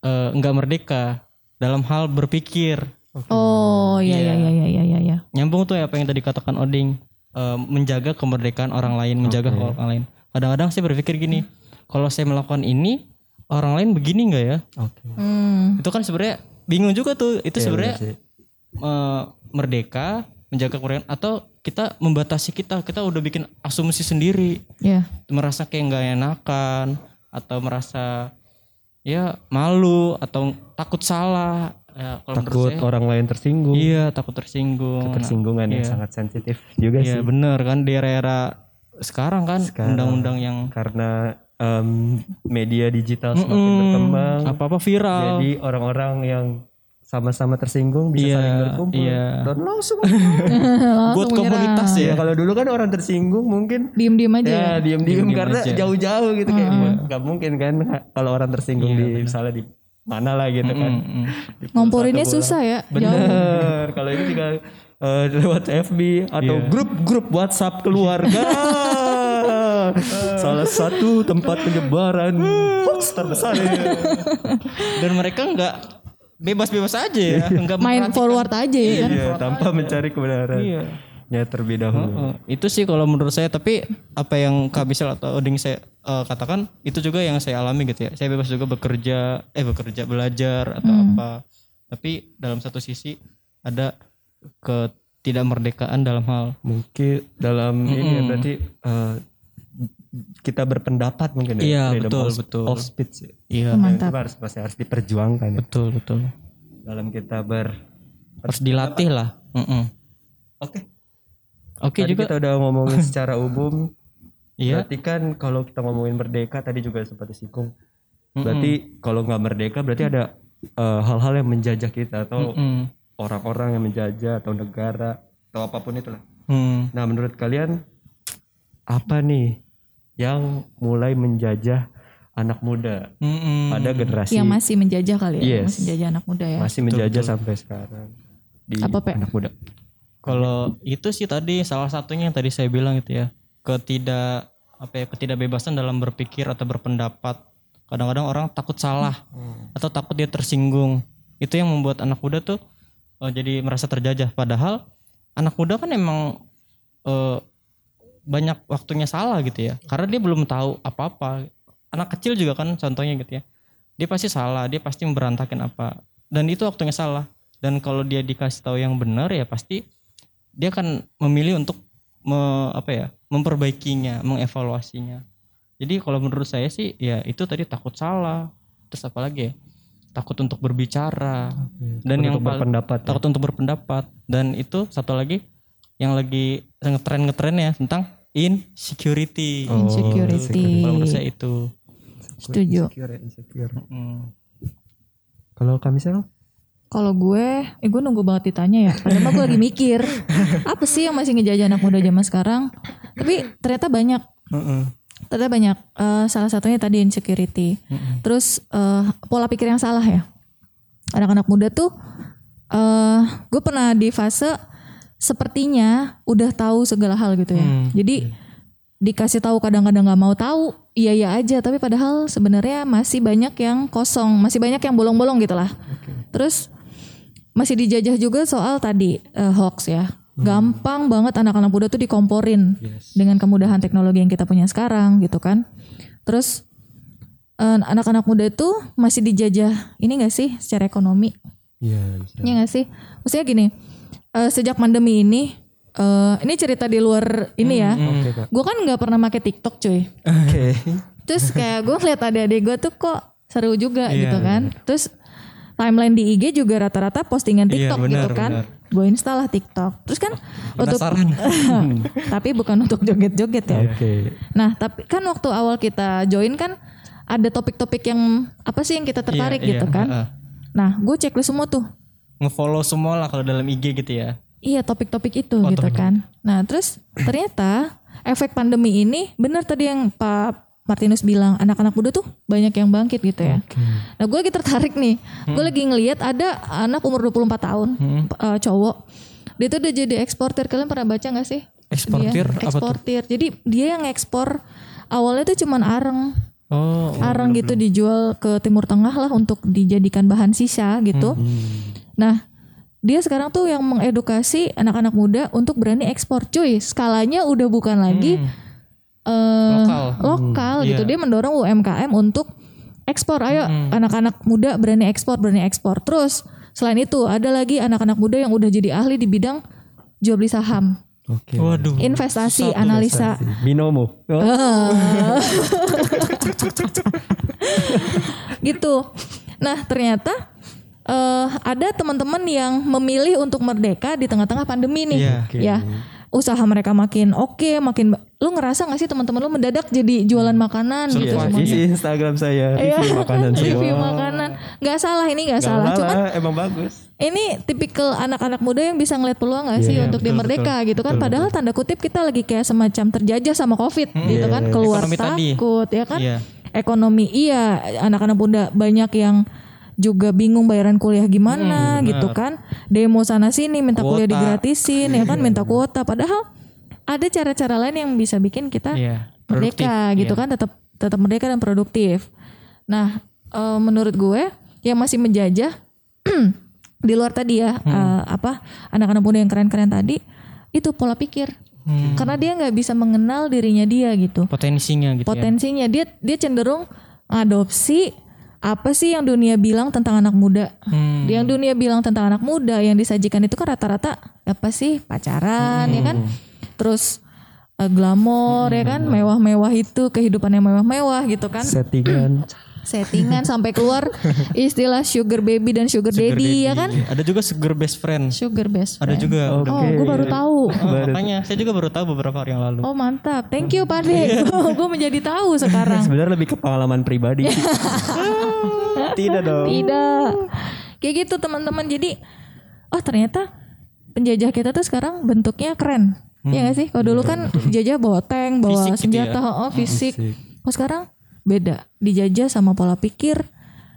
Speaker 3: eh, nggak merdeka dalam hal berpikir.
Speaker 2: Oh iya iya iya iya iya iya.
Speaker 3: Nyambung tuh ya apa yang tadi katakan Oding, Eh, menjaga kemerdekaan orang lain, menjaga hak orang lain. Kadang-kadang saya berpikir gini, kalau saya melakukan ini, orang lain begini nggak ya?
Speaker 1: Oke. Iya,
Speaker 2: Hmm.
Speaker 3: itu kan sebenarnya bingung juga tuh itu sebenarnya
Speaker 1: sih.
Speaker 3: eh, merdeka menjaga kemerdekaan atau kita membatasi kita kita udah bikin asumsi sendiri
Speaker 2: Ya.
Speaker 3: merasa kayak nggak enakan atau merasa ya malu atau takut salah ya, kalau menurut
Speaker 1: Takut orang lain
Speaker 3: saya,
Speaker 1: tersinggung.
Speaker 3: iya takut tersinggung Nah,
Speaker 1: Tersinggungan yang sangat sensitif juga
Speaker 3: iya
Speaker 1: sih.
Speaker 3: bener kan di era-era sekarang kan
Speaker 1: Sekarang.
Speaker 3: undang-undang yang
Speaker 1: Karena em, media digital semakin berkembang.
Speaker 3: apa-apa viral
Speaker 1: Jadi orang-orang yang sama-sama tersinggung bisa
Speaker 3: Iya,
Speaker 1: saling berkumpul
Speaker 3: iya.
Speaker 1: dan langsung.
Speaker 3: <laughs>
Speaker 2: Oh,
Speaker 3: buat komunitas ya
Speaker 1: ya kalau dulu kan orang tersinggung mungkin
Speaker 2: Diem diem aja.
Speaker 1: ya diem-diem
Speaker 3: Iya, Diem-diem
Speaker 1: karena
Speaker 3: aja.
Speaker 1: jauh-jauh gitu kayak buat- nggak mungkin kan ha- kalau orang tersinggung
Speaker 3: Iya,
Speaker 1: di misalnya di mana lah gitu kan
Speaker 3: Mm-mm.
Speaker 2: Ngomporinnya susah ya. Jauh.
Speaker 1: bener kalau ini tinggal eh, lewat FB atau grup-grup WhatsApp keluarga salah satu tempat penyebaran hoax terbesar
Speaker 3: dan mereka nggak bebas-bebas aja ya nggak
Speaker 2: Main forward aja ya kan.
Speaker 1: Iya, tanpa mencari kebenaran ya terlebih dahulu
Speaker 3: Eh, itu sih kalau menurut saya tapi apa yang Kak Bisel atau Oding saya eh, katakan itu juga yang saya alami gitu ya saya bebas juga bekerja eh bekerja belajar atau apa tapi dalam satu sisi ada ketidakmerdekaan dalam hal
Speaker 1: mungkin dalam ini ya berarti eh, kita berpendapat mungkin ya
Speaker 3: Iya,
Speaker 1: freedom
Speaker 3: betul,
Speaker 1: of,
Speaker 3: betul.
Speaker 1: of speech ya.
Speaker 3: iya
Speaker 1: Mantap. itu harus masih harus diperjuangkan ya.
Speaker 3: betul betul
Speaker 1: dalam kita ber
Speaker 3: harus dilatih lah Mm-mm.
Speaker 1: oke
Speaker 3: oke
Speaker 1: tadi
Speaker 3: juga
Speaker 1: kita udah ngomongin secara umum
Speaker 3: iya
Speaker 1: berarti kan kalau kita ngomongin merdeka tadi juga sempat disinggung berarti kalau nggak merdeka berarti ada eh, hal-hal yang menjajah kita atau
Speaker 3: Mm.
Speaker 1: orang-orang yang menjajah atau negara atau apapun itulah
Speaker 3: Hmm.
Speaker 1: Nah, menurut kalian apa nih yang mulai menjajah anak muda
Speaker 3: Mm-mm.
Speaker 1: pada generasi
Speaker 2: Yang masih menjajah kali ya.
Speaker 1: Yes.
Speaker 2: Masih menjajah anak muda ya.
Speaker 1: masih menjajah sampai sekarang di
Speaker 2: Apa, Pe?
Speaker 1: anak muda?
Speaker 3: Kalau itu sih tadi salah satunya yang tadi saya bilang gitu ya. Ketidak apa ya ketidakbebasan dalam berpikir atau berpendapat. Kadang-kadang orang takut salah atau takut dia tersinggung. Itu yang membuat anak muda tuh eh, jadi merasa terjajah padahal anak muda kan emang eh, banyak waktunya salah gitu ya. Karena dia belum tahu apa-apa. Anak kecil juga kan contohnya gitu ya. Dia pasti salah, dia pasti memberantakin apa. Dan itu waktunya salah. Dan kalau dia dikasih tahu yang benar ya pasti dia akan memilih untuk me- apa ya memperbaikinya mengevaluasinya jadi kalau menurut saya sih ya itu tadi takut salah terus apa lagi ya takut untuk berbicara dan
Speaker 1: Hmm.
Speaker 3: yang
Speaker 1: Untuk
Speaker 3: paling-
Speaker 1: berpendapat. ya.
Speaker 3: takut untuk berpendapat dan itu satu lagi yang lagi ngetren ngetren ya tentang insecurity
Speaker 2: Oh, Insecurity.
Speaker 3: kalau menurut saya itu
Speaker 2: Setuju.
Speaker 1: Insecure ya, insecure.
Speaker 3: Hmm.
Speaker 1: Kalau kami sel
Speaker 2: Kalau gue, eh gue nunggu banget ditanya ya. Padahal mah gue lagi mikir,
Speaker 3: <laughs>
Speaker 2: apa sih yang masih ngejajah anak muda zaman sekarang? Tapi ternyata banyak, ternyata banyak. Eh, salah satunya tadi insecurity. Terus eh, pola pikir yang salah ya. Anak-anak muda tuh, eh gue pernah di fase sepertinya udah tahu segala hal gitu ya. Jadi dikasih tahu kadang-kadang nggak mau tahu, iya iya aja. Tapi padahal sebenarnya masih banyak yang kosong, masih banyak yang bolong-bolong gitu lah. Terus masih dijajah juga soal tadi eh, hoax ya. Gampang banget anak-anak muda tuh dikomporin dengan kemudahan teknologi yang kita punya sekarang gitu kan. Terus eh, anak-anak muda itu masih dijajah ini gak sih secara ekonomi?
Speaker 1: Iya.
Speaker 2: Iya gak sih? Maksudnya gini, eh, sejak pandemi ini, eh, ini cerita di luar ini ya. Gue kan nggak pernah make TikTok cuy.
Speaker 1: Oke.
Speaker 2: Terus kayak gue ngeliat adik-adik gue tuh kok seru juga gitu kan. Terus timeline di IG juga rata-rata postingan TikTok gitu kan. Gue install lah TikTok. Terus kan untuk <laughs> tapi bukan untuk joget-joget ya.
Speaker 1: Oke.
Speaker 2: Nah, tapi kan waktu awal kita join kan ada topik-topik yang apa sih yang kita tertarik gitu kan. Nah, gue checklist semua tuh.
Speaker 3: <laughs> Ngefollow semua lah kalau dalam IG gitu ya.
Speaker 2: Iya, topik-topik itu
Speaker 3: Oh,
Speaker 2: gitu kan. Nah, terus ternyata efek pandemi ini benar tadi yang Pak Martinus bilang anak-anak muda tuh banyak yang bangkit gitu ya. Nah, gue lagi tertarik nih. Gue
Speaker 3: Hmm.
Speaker 2: lagi ngelihat ada anak umur 24 tahun, eh, cowok. Dia tuh udah jadi eksportir. Kalian pernah baca nggak sih?
Speaker 3: Eksportir
Speaker 2: Dia, eksportir. Jadi dia yang ekspor awalnya tuh cuman areng.
Speaker 3: Oh.
Speaker 2: arang gitu dijual ke Timur Tengah lah untuk dijadikan bahan sisa gitu.
Speaker 1: Hmm.
Speaker 2: Nah, dia sekarang tuh yang mengedukasi anak-anak muda untuk berani ekspor, cuy. Skalanya udah bukan lagi eh,
Speaker 3: Lokal.
Speaker 2: lokal gitu. Dia mendorong UMKM untuk ekspor. Ayo anak-anak muda berani ekspor, berani ekspor. Terus selain itu ada lagi anak-anak muda yang udah jadi ahli di bidang jual beli saham,
Speaker 1: Oke.
Speaker 3: Waduh.
Speaker 2: investasi, analisa.
Speaker 1: Binomo. Oh,
Speaker 2: gitu. Nah ternyata eh ada teman-teman yang memilih untuk merdeka di tengah-tengah pandemi nih,
Speaker 3: Iya,
Speaker 2: ya usaha mereka makin oke, makin lu ngerasa nggak sih teman-teman lu mendadak jadi jualan makanan gitu
Speaker 1: iya.
Speaker 2: semuanya?
Speaker 1: Isi Instagram saya
Speaker 2: Iya.
Speaker 1: review makanan semua.
Speaker 2: <laughs> review makanan, nggak salah ini nggak
Speaker 1: Salah,
Speaker 2: salah, cuman
Speaker 1: emang bagus.
Speaker 2: ini tipikal anak-anak muda yang bisa ngeliat peluang
Speaker 3: Iya,
Speaker 2: nggak sih untuk di merdeka gitu kan? Padahal tanda kutip kita lagi kayak semacam terjajah sama covid
Speaker 3: Hmm.
Speaker 2: gitu kan, keluar
Speaker 3: Ekonomi tadi.
Speaker 2: takut ya kan?
Speaker 3: Iya.
Speaker 2: ekonomi iya anak-anak muda banyak yang juga bingung bayaran kuliah gimana
Speaker 3: Hmm,
Speaker 2: gitu kan demo sana sini minta kuliah digratisin ya
Speaker 3: Iya.
Speaker 2: kan minta kuota padahal ada cara-cara lain yang bisa bikin kita
Speaker 3: Iya.
Speaker 2: merdeka gitu kan tetap tetap merdeka dan produktif nah eh, menurut gue yang masih menjajah <clears throat> di luar tadi ya eh, apa anak-anak muda yang keren-keren tadi itu pola pikir karena dia nggak bisa mengenal dirinya dia gitu
Speaker 3: Potensinya gitu ya.
Speaker 2: potensinya dia dia cenderung adopsi apa sih yang dunia bilang tentang anak muda
Speaker 3: Hmm.
Speaker 2: yang dunia bilang tentang anak muda yang disajikan itu kan rata-rata apa sih pacaran ya kan terus eh, glamor ya kan mewah-mewah itu kehidupan yang mewah-mewah gitu kan
Speaker 1: Settingan.
Speaker 2: settingan sampai keluar istilah sugar baby dan sugar, daddy, ya kan
Speaker 3: Ada juga sugar best friend.
Speaker 2: sugar best
Speaker 3: Ada
Speaker 2: friend.
Speaker 3: juga.
Speaker 2: oh gue baru tahu
Speaker 3: Oh, makanya saya juga baru tahu beberapa hari yang lalu.
Speaker 2: oh mantap thank you <laughs> pade gue menjadi tahu sekarang
Speaker 1: Sebenarnya lebih ke pengalaman pribadi. Tidak dong.
Speaker 2: Tidak. Kayak gitu teman-teman. Jadi oh ternyata penjajah kita tuh sekarang bentuknya keren. Iya gak sih? Kalau dulu kan jajah bawa tank, bawa
Speaker 3: Hmm. Fisik gitu
Speaker 2: senjata, oh, fisik. Kalau sekarang beda. Dijajah sama pola pikir.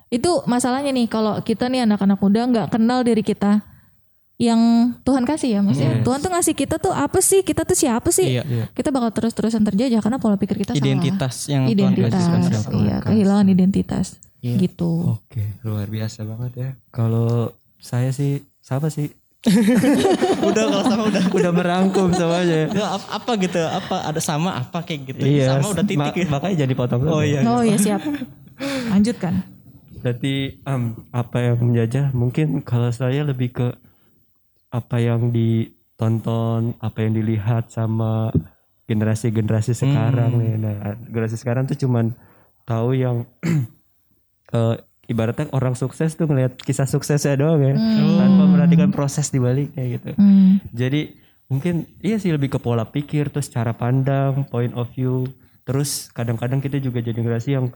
Speaker 2: Itu masalahnya nih kalau kita nih anak-anak muda nggak kenal diri kita yang Tuhan kasih ya maksudnya. Tuhan tuh ngasih kita tuh apa sih? Kita tuh siapa sih?
Speaker 3: Iya.
Speaker 2: Kita bakal terus-terusan terjajah karena pola pikir kita
Speaker 3: Identitas yang
Speaker 2: salah. Identitas. Iya, kehilangan identitas.
Speaker 3: Iya.
Speaker 2: Gitu.
Speaker 1: Oke, luar biasa banget ya. Kalau saya sih sama sih.
Speaker 3: udah kalau sama udah.
Speaker 1: Udah merangkum semuanya.
Speaker 3: Udah, ap- apa gitu? Apa ada sama apa kayak gitu?
Speaker 1: iya.
Speaker 3: Sama udah titik.
Speaker 1: ma- makanya jadi potong. Oh iya.
Speaker 2: Oh iya siap. <laughs> Lanjutkan.
Speaker 1: Berarti em, apa yang menjajah? Mungkin kalau saya lebih ke apa yang ditonton, apa yang dilihat sama generasi-generasi sekarang ya. Nah, generasi sekarang tuh cuman tahu yang <clears throat> eh, ibaratnya orang sukses tuh ngelihat kisah suksesnya doang ya, tanpa perhatikan proses di baliknya gitu.
Speaker 2: Hmm.
Speaker 1: Jadi mungkin iya sih lebih ke pola pikir, terus cara pandang, point of view. Terus kadang-kadang kita juga jadi generasi yang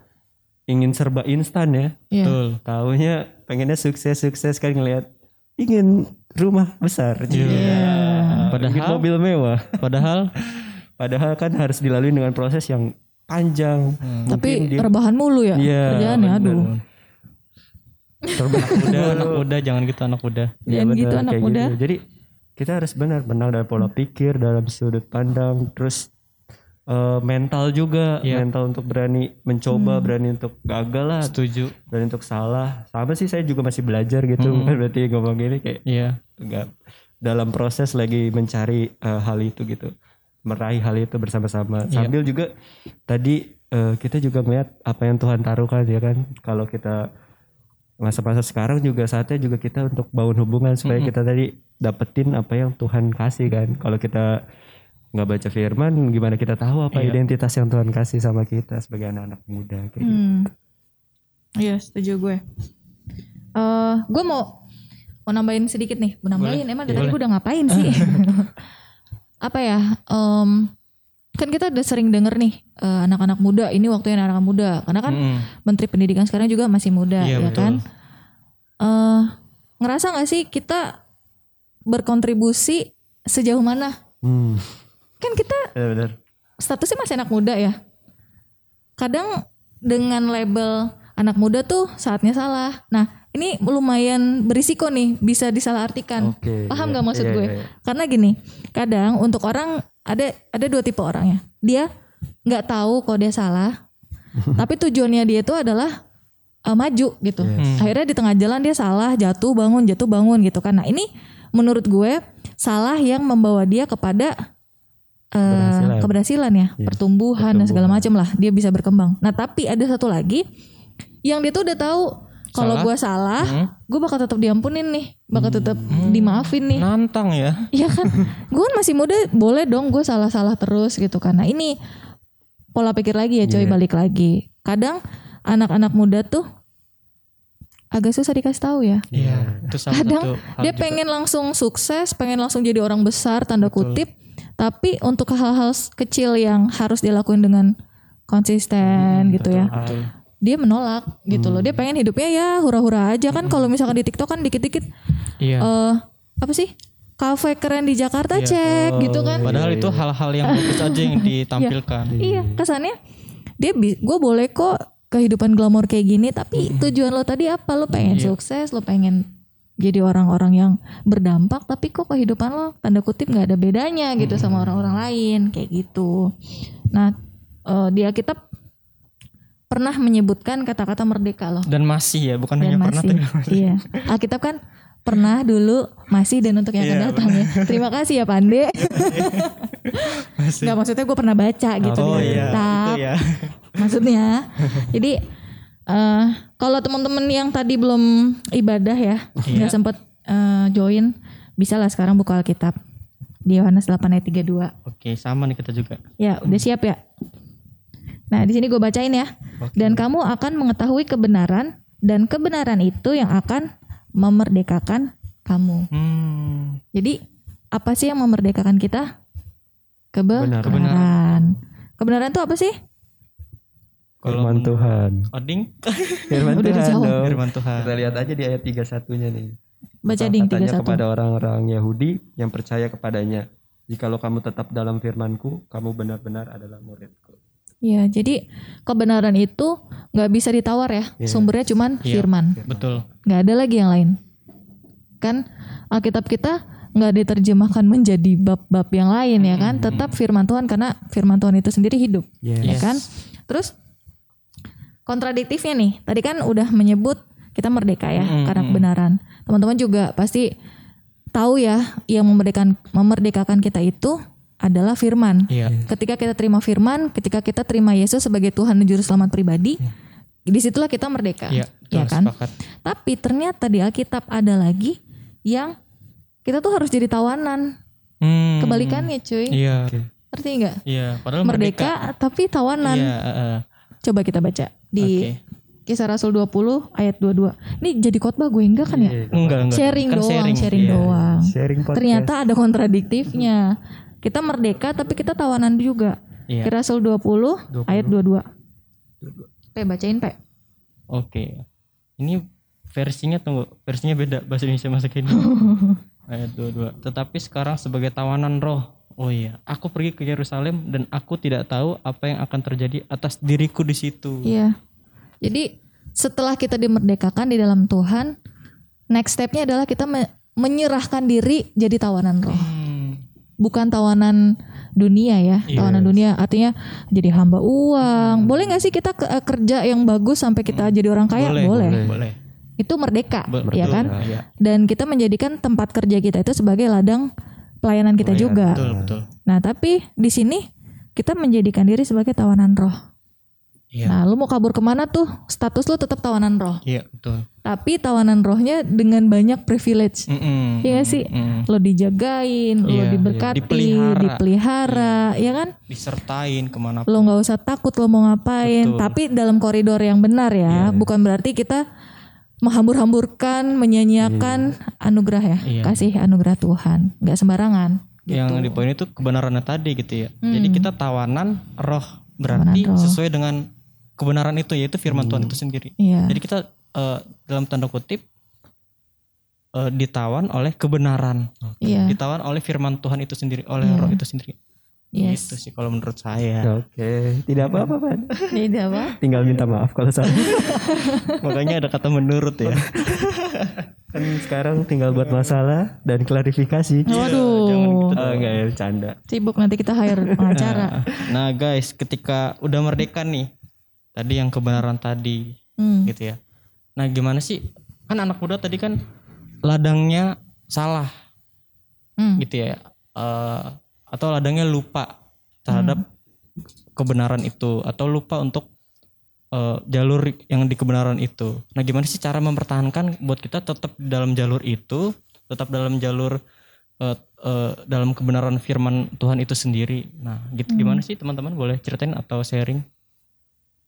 Speaker 1: ingin serba instan ya.
Speaker 2: Iya.
Speaker 3: Betul.
Speaker 1: Taunya pengennya sukses-sukses kan ngelihat ingin rumah besar. Padahal ingin mobil mewah.
Speaker 3: Iya. Padahal
Speaker 1: <laughs> Padahal kan harus dilalui dengan proses yang panjang.
Speaker 3: Hmm,
Speaker 2: Tapi rebahan mulu ya
Speaker 1: Iya,
Speaker 2: kerjaan ya aduh.
Speaker 1: Serba
Speaker 3: <laughs> udah anak muda jangan gitu anak muda.
Speaker 1: Iya
Speaker 2: Dan gitu anak
Speaker 1: kayak
Speaker 2: muda.
Speaker 1: gitu. Jadi kita harus benar menang dalam pola pikir, dalam sudut pandang, terus eh, mental juga,
Speaker 3: Iya.
Speaker 1: mental untuk berani mencoba,
Speaker 2: Hmm.
Speaker 1: berani untuk gagal lah,
Speaker 3: Setuju.
Speaker 1: berani <laughs>
Speaker 3: Hmm.
Speaker 1: untuk salah. Sama sih saya juga masih belajar gitu, bukan berarti ngomong gini kayak
Speaker 3: Iya.
Speaker 1: nggak dalam proses lagi mencari eh, hal itu gitu meraih hal itu bersama-sama sambil juga tadi eh, kita juga melihat apa yang Tuhan taruhkan ya kan kalau kita masa-masa sekarang juga saatnya juga kita untuk bangun hubungan supaya kita tadi dapetin apa yang Tuhan kasih kan kalau kita nggak baca firman gimana kita tahu apa identitas yang Tuhan kasih sama kita sebagai anak-anak muda kayak gitu.
Speaker 2: Hmm. Iya, setuju gue. Eh, gue mau mau nambahin sedikit nih, mau nambahin. Emang dari tadi gue udah ngapain sih? Ah. <laughs> Apa ya? em, kan kita udah sering denger nih eh, anak-anak muda. Ini waktunya anak-anak muda, karena kan
Speaker 3: Mm-mm.
Speaker 2: Menteri Pendidikan sekarang juga masih muda,
Speaker 3: Hmm. Iya,
Speaker 2: ya
Speaker 3: betul.
Speaker 2: kan? Eh, ngerasa nggak sih kita berkontribusi sejauh mana?
Speaker 1: Hmm.
Speaker 2: Kan kita
Speaker 1: Benar.
Speaker 2: statusnya masih anak muda ya. Kadang dengan label anak muda tuh saatnya salah. Nah, ini lumayan berisiko nih bisa disalahartikan.
Speaker 1: Oke,
Speaker 2: Paham
Speaker 1: iya,
Speaker 2: nggak maksud
Speaker 1: iya,
Speaker 2: gue?
Speaker 1: iya, iya.
Speaker 2: Karena gini, kadang untuk orang ada ada dua tipe orang ya. Dia nggak tahu kalau dia salah, tapi tujuannya dia itu adalah eh, maju gitu. Akhirnya di tengah jalan dia salah, jatuh bangun, jatuh bangun gitu kan. Nah, ini menurut gue salah yang membawa dia kepada eh,
Speaker 1: Keberhasilan.
Speaker 2: keberhasilan ya, pertumbuhan dan segala macam lah. Dia bisa berkembang. Nah, tapi ada satu lagi yang dia tuh udah tahu kalau
Speaker 3: Salah.
Speaker 2: gue salah, gue bakal tetap diampunin nih, bakal tetap dimaafin nih.
Speaker 3: Nantang ya.
Speaker 2: Iya kan, gue kan masih muda, boleh dong gue salah-salah terus gitu karena ini pola pikir lagi ya, coy
Speaker 3: Iya.
Speaker 2: balik lagi. Kadang anak-anak muda tuh agak susah dikasih tahu ya.
Speaker 3: Iya. Itu salah satu
Speaker 2: Kadang
Speaker 3: hal
Speaker 2: dia
Speaker 3: juga.
Speaker 2: pengen langsung sukses, pengen langsung jadi orang besar tanda kutip, tapi untuk hal-hal s- kecil yang harus dilakuin dengan konsisten gitu ya.
Speaker 3: Betul. Hmm.
Speaker 2: Dia menolak gitu loh. Dia pengen hidupnya ya hura-hura aja kan kalau misalkan di TikTok kan dikit-dikit
Speaker 3: Iya.
Speaker 2: eh, apa sih? Kafe keren di Jakarta cek gitu kan.
Speaker 3: Padahal itu hal-hal yang bagus aja <laughs> yang ditampilkan.
Speaker 2: Iya, kesannya dia gue boleh kok kehidupan glamor kayak gini, tapi tujuan lo tadi apa? Lo pengen sukses, lo pengen jadi orang-orang yang berdampak, tapi kok kehidupan lo tanda kutip nggak ada bedanya gitu sama orang-orang lain kayak gitu. Nah, eh, di Alkitab pernah menyebutkan kata-kata merdeka loh.
Speaker 3: Dan masih ya, bukan
Speaker 2: Dan
Speaker 3: hanya pernah
Speaker 2: masih.
Speaker 3: tapi
Speaker 2: Iya. Alkitab kan pernah dulu masih dan untuk yang
Speaker 3: Iya,
Speaker 2: akan datang ya. Terima kasih ya
Speaker 3: <laughs>
Speaker 2: Pande.
Speaker 3: Masih.
Speaker 2: Gak maksudnya gue pernah baca gitu
Speaker 3: Oh
Speaker 2: di
Speaker 3: iya,
Speaker 2: Alkitab.
Speaker 3: itu ya. <laughs>
Speaker 2: Maksudnya. Jadi eh kalau teman-teman yang tadi belum ibadah ya,
Speaker 3: Iya.
Speaker 2: nggak sempet eh, join, bisa lah sekarang buka Alkitab di Yohanes 8 ayat 32.
Speaker 3: Oke, sama nih kita juga.
Speaker 2: Ya, udah
Speaker 1: Hmm.
Speaker 2: siap ya? Nah, di sini gue bacain ya. Dan kamu akan mengetahui kebenaran dan kebenaran itu yang akan memerdekakan kamu.
Speaker 3: Hmm.
Speaker 2: Jadi, apa sih yang memerdekakan kita? Kebenaran.
Speaker 1: Kebenaran.
Speaker 2: Kebenaran. itu apa sih?
Speaker 3: Kalau
Speaker 1: Firman Tuhan.
Speaker 3: Oding,
Speaker 1: Firman
Speaker 2: Udah
Speaker 1: Tuhan
Speaker 2: dijawab.
Speaker 1: dong.
Speaker 3: firman Tuhan.
Speaker 1: Kita lihat aja di ayat 31-nya nih.
Speaker 2: Baca
Speaker 1: Tentang
Speaker 2: ding
Speaker 1: katanya
Speaker 2: 31.
Speaker 1: kepada orang-orang Yahudi yang percaya kepadanya. Jikalau kamu tetap dalam firmanku, kamu benar-benar adalah muridku.
Speaker 2: Ya, jadi kebenaran itu nggak bisa ditawar ya.
Speaker 1: Iya.
Speaker 2: Sumbernya cuman firman.
Speaker 3: Betul.
Speaker 2: nggak ada lagi yang lain kan Alkitab kita nggak diterjemahkan menjadi bab-bab yang lain ya kan tetap firman Tuhan karena firman Tuhan itu sendiri hidup
Speaker 1: Iya.
Speaker 2: ya kan terus kontradiktifnya nih tadi kan udah menyebut kita merdeka ya karena kebenaran teman-teman juga pasti tahu ya yang memerdekakan memerdekakan kita itu adalah firman
Speaker 3: Iya.
Speaker 2: ketika kita terima firman ketika kita terima Yesus sebagai Tuhan dan juru selamat pribadi disitulah kita merdeka
Speaker 3: Iya,
Speaker 2: ya
Speaker 3: betul,
Speaker 2: kan
Speaker 3: sepakat.
Speaker 2: tapi ternyata di Alkitab ada lagi yang kita tuh harus jadi tawanan.
Speaker 3: Hmm.
Speaker 2: Kebalikannya cuy.
Speaker 3: Iya.
Speaker 2: Ngerti nggak?
Speaker 3: Iya, padahal merdeka.
Speaker 2: Merdeka tapi tawanan.
Speaker 3: Iya, heeh.
Speaker 2: Coba kita baca di Kisah Rasul 20 ayat 22. Ini jadi khotbah gue enggak kan ya?
Speaker 3: Enggak, enggak.
Speaker 2: Sharing
Speaker 3: Kan
Speaker 2: doang, sharing,
Speaker 3: Iya.
Speaker 2: doang.
Speaker 1: Iya. Sharing podcast.
Speaker 2: Ternyata ada kontradiktifnya. Kita merdeka tapi kita tawanan juga.
Speaker 3: Iya.
Speaker 2: Kisah Rasul 20, ayat 22. Pe bacain Pe.
Speaker 3: Oke. Ini versinya tunggu, versinya beda bahasa Indonesia masa kini.
Speaker 2: <laughs>
Speaker 3: Ayat 22. Tetapi sekarang sebagai tawanan roh. Oh iya, aku pergi ke Yerusalem dan aku tidak tahu apa yang akan terjadi atas diriku di situ.
Speaker 2: Iya. Jadi setelah kita dimerdekakan di dalam Tuhan, next stepnya adalah kita me- menyerahkan diri jadi tawanan roh.
Speaker 3: Hmm.
Speaker 2: Bukan tawanan dunia ya, tawanan dunia artinya jadi hamba Hmm. uang. Boleh nggak sih kita ke- kerja yang bagus sampai kita jadi orang kaya? Boleh.
Speaker 3: Boleh. Iya,
Speaker 2: Ya itu merdeka, ya kan? Dan kita menjadikan tempat kerja kita itu sebagai ladang pelayanan kita juga.
Speaker 3: betul betul
Speaker 2: Nah, tapi di sini kita menjadikan diri sebagai tawanan roh.
Speaker 3: Iya.
Speaker 2: Nah, lu mau kabur kemana tuh? Status lu tetap tawanan roh.
Speaker 3: iya betul
Speaker 2: Tapi tawanan rohnya dengan banyak privilege.
Speaker 3: Mm-mm.
Speaker 2: Iya gak sih?
Speaker 3: Mm-mm.
Speaker 2: Lo dijagain, lo
Speaker 3: Hmm. Iya, iya.
Speaker 2: diberkati,
Speaker 3: Dipelihara. Iya.
Speaker 2: dipelihara, ya kan?
Speaker 3: disertain kemana
Speaker 2: Lo nggak usah takut lo mau ngapain, tapi dalam koridor yang benar
Speaker 3: Iya,
Speaker 2: ya. Bukan berarti kita menghambur-hamburkan, menyanyiakan anugerah ya,
Speaker 3: Iya.
Speaker 2: kasih anugerah Tuhan, nggak sembarangan. Gitu.
Speaker 3: yang di poin itu kebenarannya tadi gitu ya jadi kita tawanan roh
Speaker 2: Tawanan
Speaker 3: berarti
Speaker 2: Hmm. roh.
Speaker 3: sesuai dengan kebenaran itu yaitu firman Tuhan itu sendiri
Speaker 2: Iya.
Speaker 3: jadi kita eh, dalam tanda kutip eh, ditawan oleh kebenaran
Speaker 2: Iya.
Speaker 3: ditawan oleh firman Tuhan itu sendiri oleh roh itu sendiri
Speaker 2: Yes. <laughs>
Speaker 3: itu sih kalau menurut saya
Speaker 1: Oke, tidak apa-apa, Pak.
Speaker 2: Tidak apa?
Speaker 1: Tinggal minta maaf kalau salah.
Speaker 3: <laughs> makanya ada kata menurut ya
Speaker 1: kan sekarang tinggal buat masalah dan klarifikasi.
Speaker 2: <laughs> Iya.
Speaker 3: Iya, gitu
Speaker 2: Waduh,
Speaker 1: Ah, enggak ya, bercanda.
Speaker 2: sibuk nanti kita hire
Speaker 3: <laughs>
Speaker 2: pengacara.
Speaker 3: nah guys ketika udah merdeka nih tadi yang kebenaran tadi
Speaker 2: Hmm.
Speaker 3: gitu ya nah gimana sih kan anak muda tadi kan ladangnya salah
Speaker 2: Hmm.
Speaker 3: gitu ya Eh, atau ladangnya lupa terhadap kebenaran itu atau lupa untuk eh, jalur yang di kebenaran itu nah gimana sih cara mempertahankan buat kita tetap dalam jalur itu tetap dalam jalur eh, eh, dalam kebenaran firman Tuhan itu sendiri nah gitu gimana sih teman-teman boleh ceritain atau sharing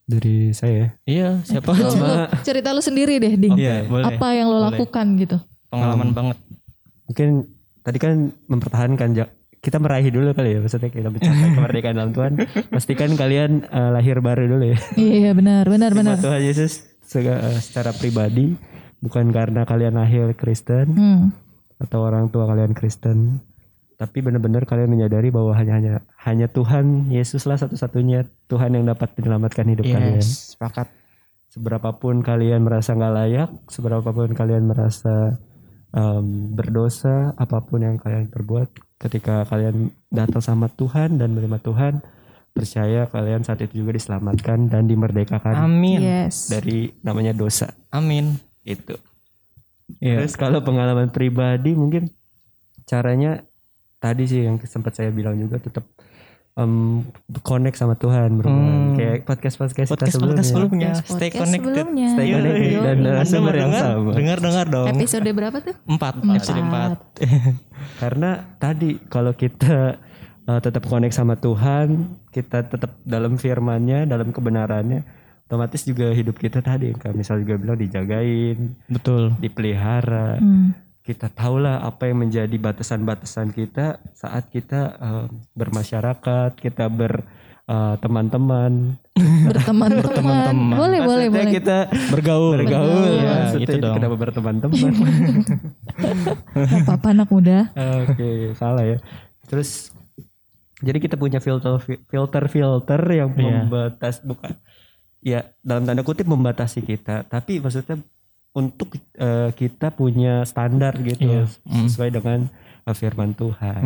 Speaker 1: Dari saya.
Speaker 3: iya siapa
Speaker 2: Lu- lu cerita lu sendiri deh, Ding.
Speaker 3: Oke, Iya, boleh
Speaker 2: Apa yang lo
Speaker 3: boleh.
Speaker 2: lakukan gitu?
Speaker 3: pengalaman banget
Speaker 1: Mungkin tadi kan mempertahankan ja- kita meraih dulu kali ya maksudnya kita mencapai kemerdekaan dalam <laughs> Tuhan. Pastikan kalian eh, lahir baru dulu ya.
Speaker 2: Iya benar, benar, benar.
Speaker 1: Terima Tuhan Yesus sega- eh, secara pribadi bukan karena kalian lahir Kristen
Speaker 2: Hmm.
Speaker 1: atau orang tua kalian Kristen, tapi benar-benar kalian menyadari bahwa hanya hanya hanya Tuhan Yesuslah satu-satunya Tuhan yang dapat menyelamatkan hidup kalian.
Speaker 3: sepakat
Speaker 1: Seberapapun kalian merasa nggak layak, seberapapun kalian merasa em, berdosa, apapun yang kalian perbuat, ketika kalian datang sama Tuhan dan menerima Tuhan, percaya kalian saat itu juga diselamatkan dan dimerdekakan
Speaker 3: amin
Speaker 2: Yes.
Speaker 1: dari namanya dosa.
Speaker 3: amin Gitu.
Speaker 1: Itu.
Speaker 3: Iya.
Speaker 1: Terus kalau pengalaman pribadi mungkin caranya tadi sih yang sempat saya bilang juga tetap em, connect sama Tuhan berhubungan
Speaker 3: Hmm.
Speaker 1: kayak podcast podcast kita
Speaker 3: podcast
Speaker 1: sebelumnya.
Speaker 3: podcast sebelumnya
Speaker 2: Yes,
Speaker 3: ya, stay
Speaker 2: podcast
Speaker 3: connected eh,
Speaker 2: sebelumnya.
Speaker 1: Stay
Speaker 2: Yoi.
Speaker 1: connected dan
Speaker 2: Yoi.
Speaker 1: narasumber yang sama.
Speaker 3: dengar dengar dong
Speaker 2: Episode berapa tuh?
Speaker 3: empat episode
Speaker 1: <laughs>
Speaker 3: empat
Speaker 1: Karena tadi kalau kita uh, tetap connect sama Tuhan, kita tetap dalam firman-Nya, dalam kebenarannya, otomatis juga hidup kita tadi kayak misal juga bilang dijagain,
Speaker 3: betul
Speaker 1: dipelihara.
Speaker 2: Hmm.
Speaker 1: Kita tahulah apa yang menjadi batasan-batasan kita saat kita uh, bermasyarakat, kita ber uh, teman-teman.
Speaker 2: Berteman-teman. Boleh, boleh,
Speaker 1: Maksudnya
Speaker 2: boleh.
Speaker 1: kita
Speaker 3: bergaul
Speaker 1: bergaul Ya,
Speaker 3: Iya,
Speaker 1: maksudnya
Speaker 3: gitu
Speaker 1: itu
Speaker 3: dong.
Speaker 1: kenapa berteman-teman.
Speaker 2: Gak apa-apa anak muda.
Speaker 1: <laughs> Oke, salah ya. Terus jadi kita punya filter filter filter yang membatas bukan ya dalam tanda kutip membatasi kita, tapi maksudnya untuk eh, kita punya standar gitu sesuai dengan eh, firman Tuhan.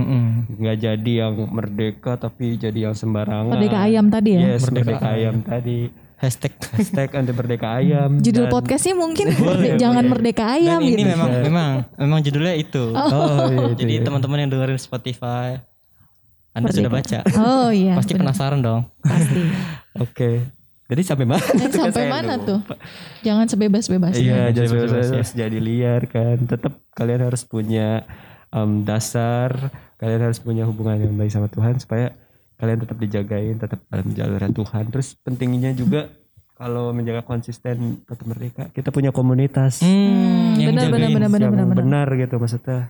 Speaker 1: Nggak jadi yang merdeka tapi jadi yang sembarangan.
Speaker 2: Merdeka ayam tadi ya.
Speaker 1: Yes, merdeka, ayam tadi.
Speaker 3: hashtag
Speaker 1: Hashtag anti
Speaker 2: <laughs>
Speaker 1: merdeka ayam.
Speaker 2: Judul podcastnya mungkin <laughs> jangan merdeka ayam
Speaker 3: dan ini
Speaker 2: gitu.
Speaker 3: memang memang memang judulnya itu
Speaker 2: <laughs>
Speaker 1: Oh, <laughs> iya, itu
Speaker 3: jadi
Speaker 1: ya.
Speaker 3: teman-teman yang dengerin Spotify anda sudah baca
Speaker 2: Oh iya.
Speaker 3: pasti
Speaker 2: benar.
Speaker 3: penasaran dong
Speaker 2: Pasti.
Speaker 1: Oke. Jadi sampai mana?
Speaker 2: <laughs> Dan sampai mana tuh? Jangan sebebas-bebasnya.
Speaker 1: Iya, jadi harus jadi liar kan. Tetap kalian harus punya em, dasar, kalian harus punya hubungan yang baik sama Tuhan supaya kalian tetap dijagain, tetap dalam jaluran Tuhan. Terus pentingnya juga kalau menjaga konsisten tetap merdeka, kita punya komunitas
Speaker 2: Hmm,
Speaker 3: yang
Speaker 2: benar,
Speaker 3: jagain.
Speaker 2: benar, benar, benar,
Speaker 1: yang
Speaker 2: benar, benar.
Speaker 1: benar gitu maksudnya.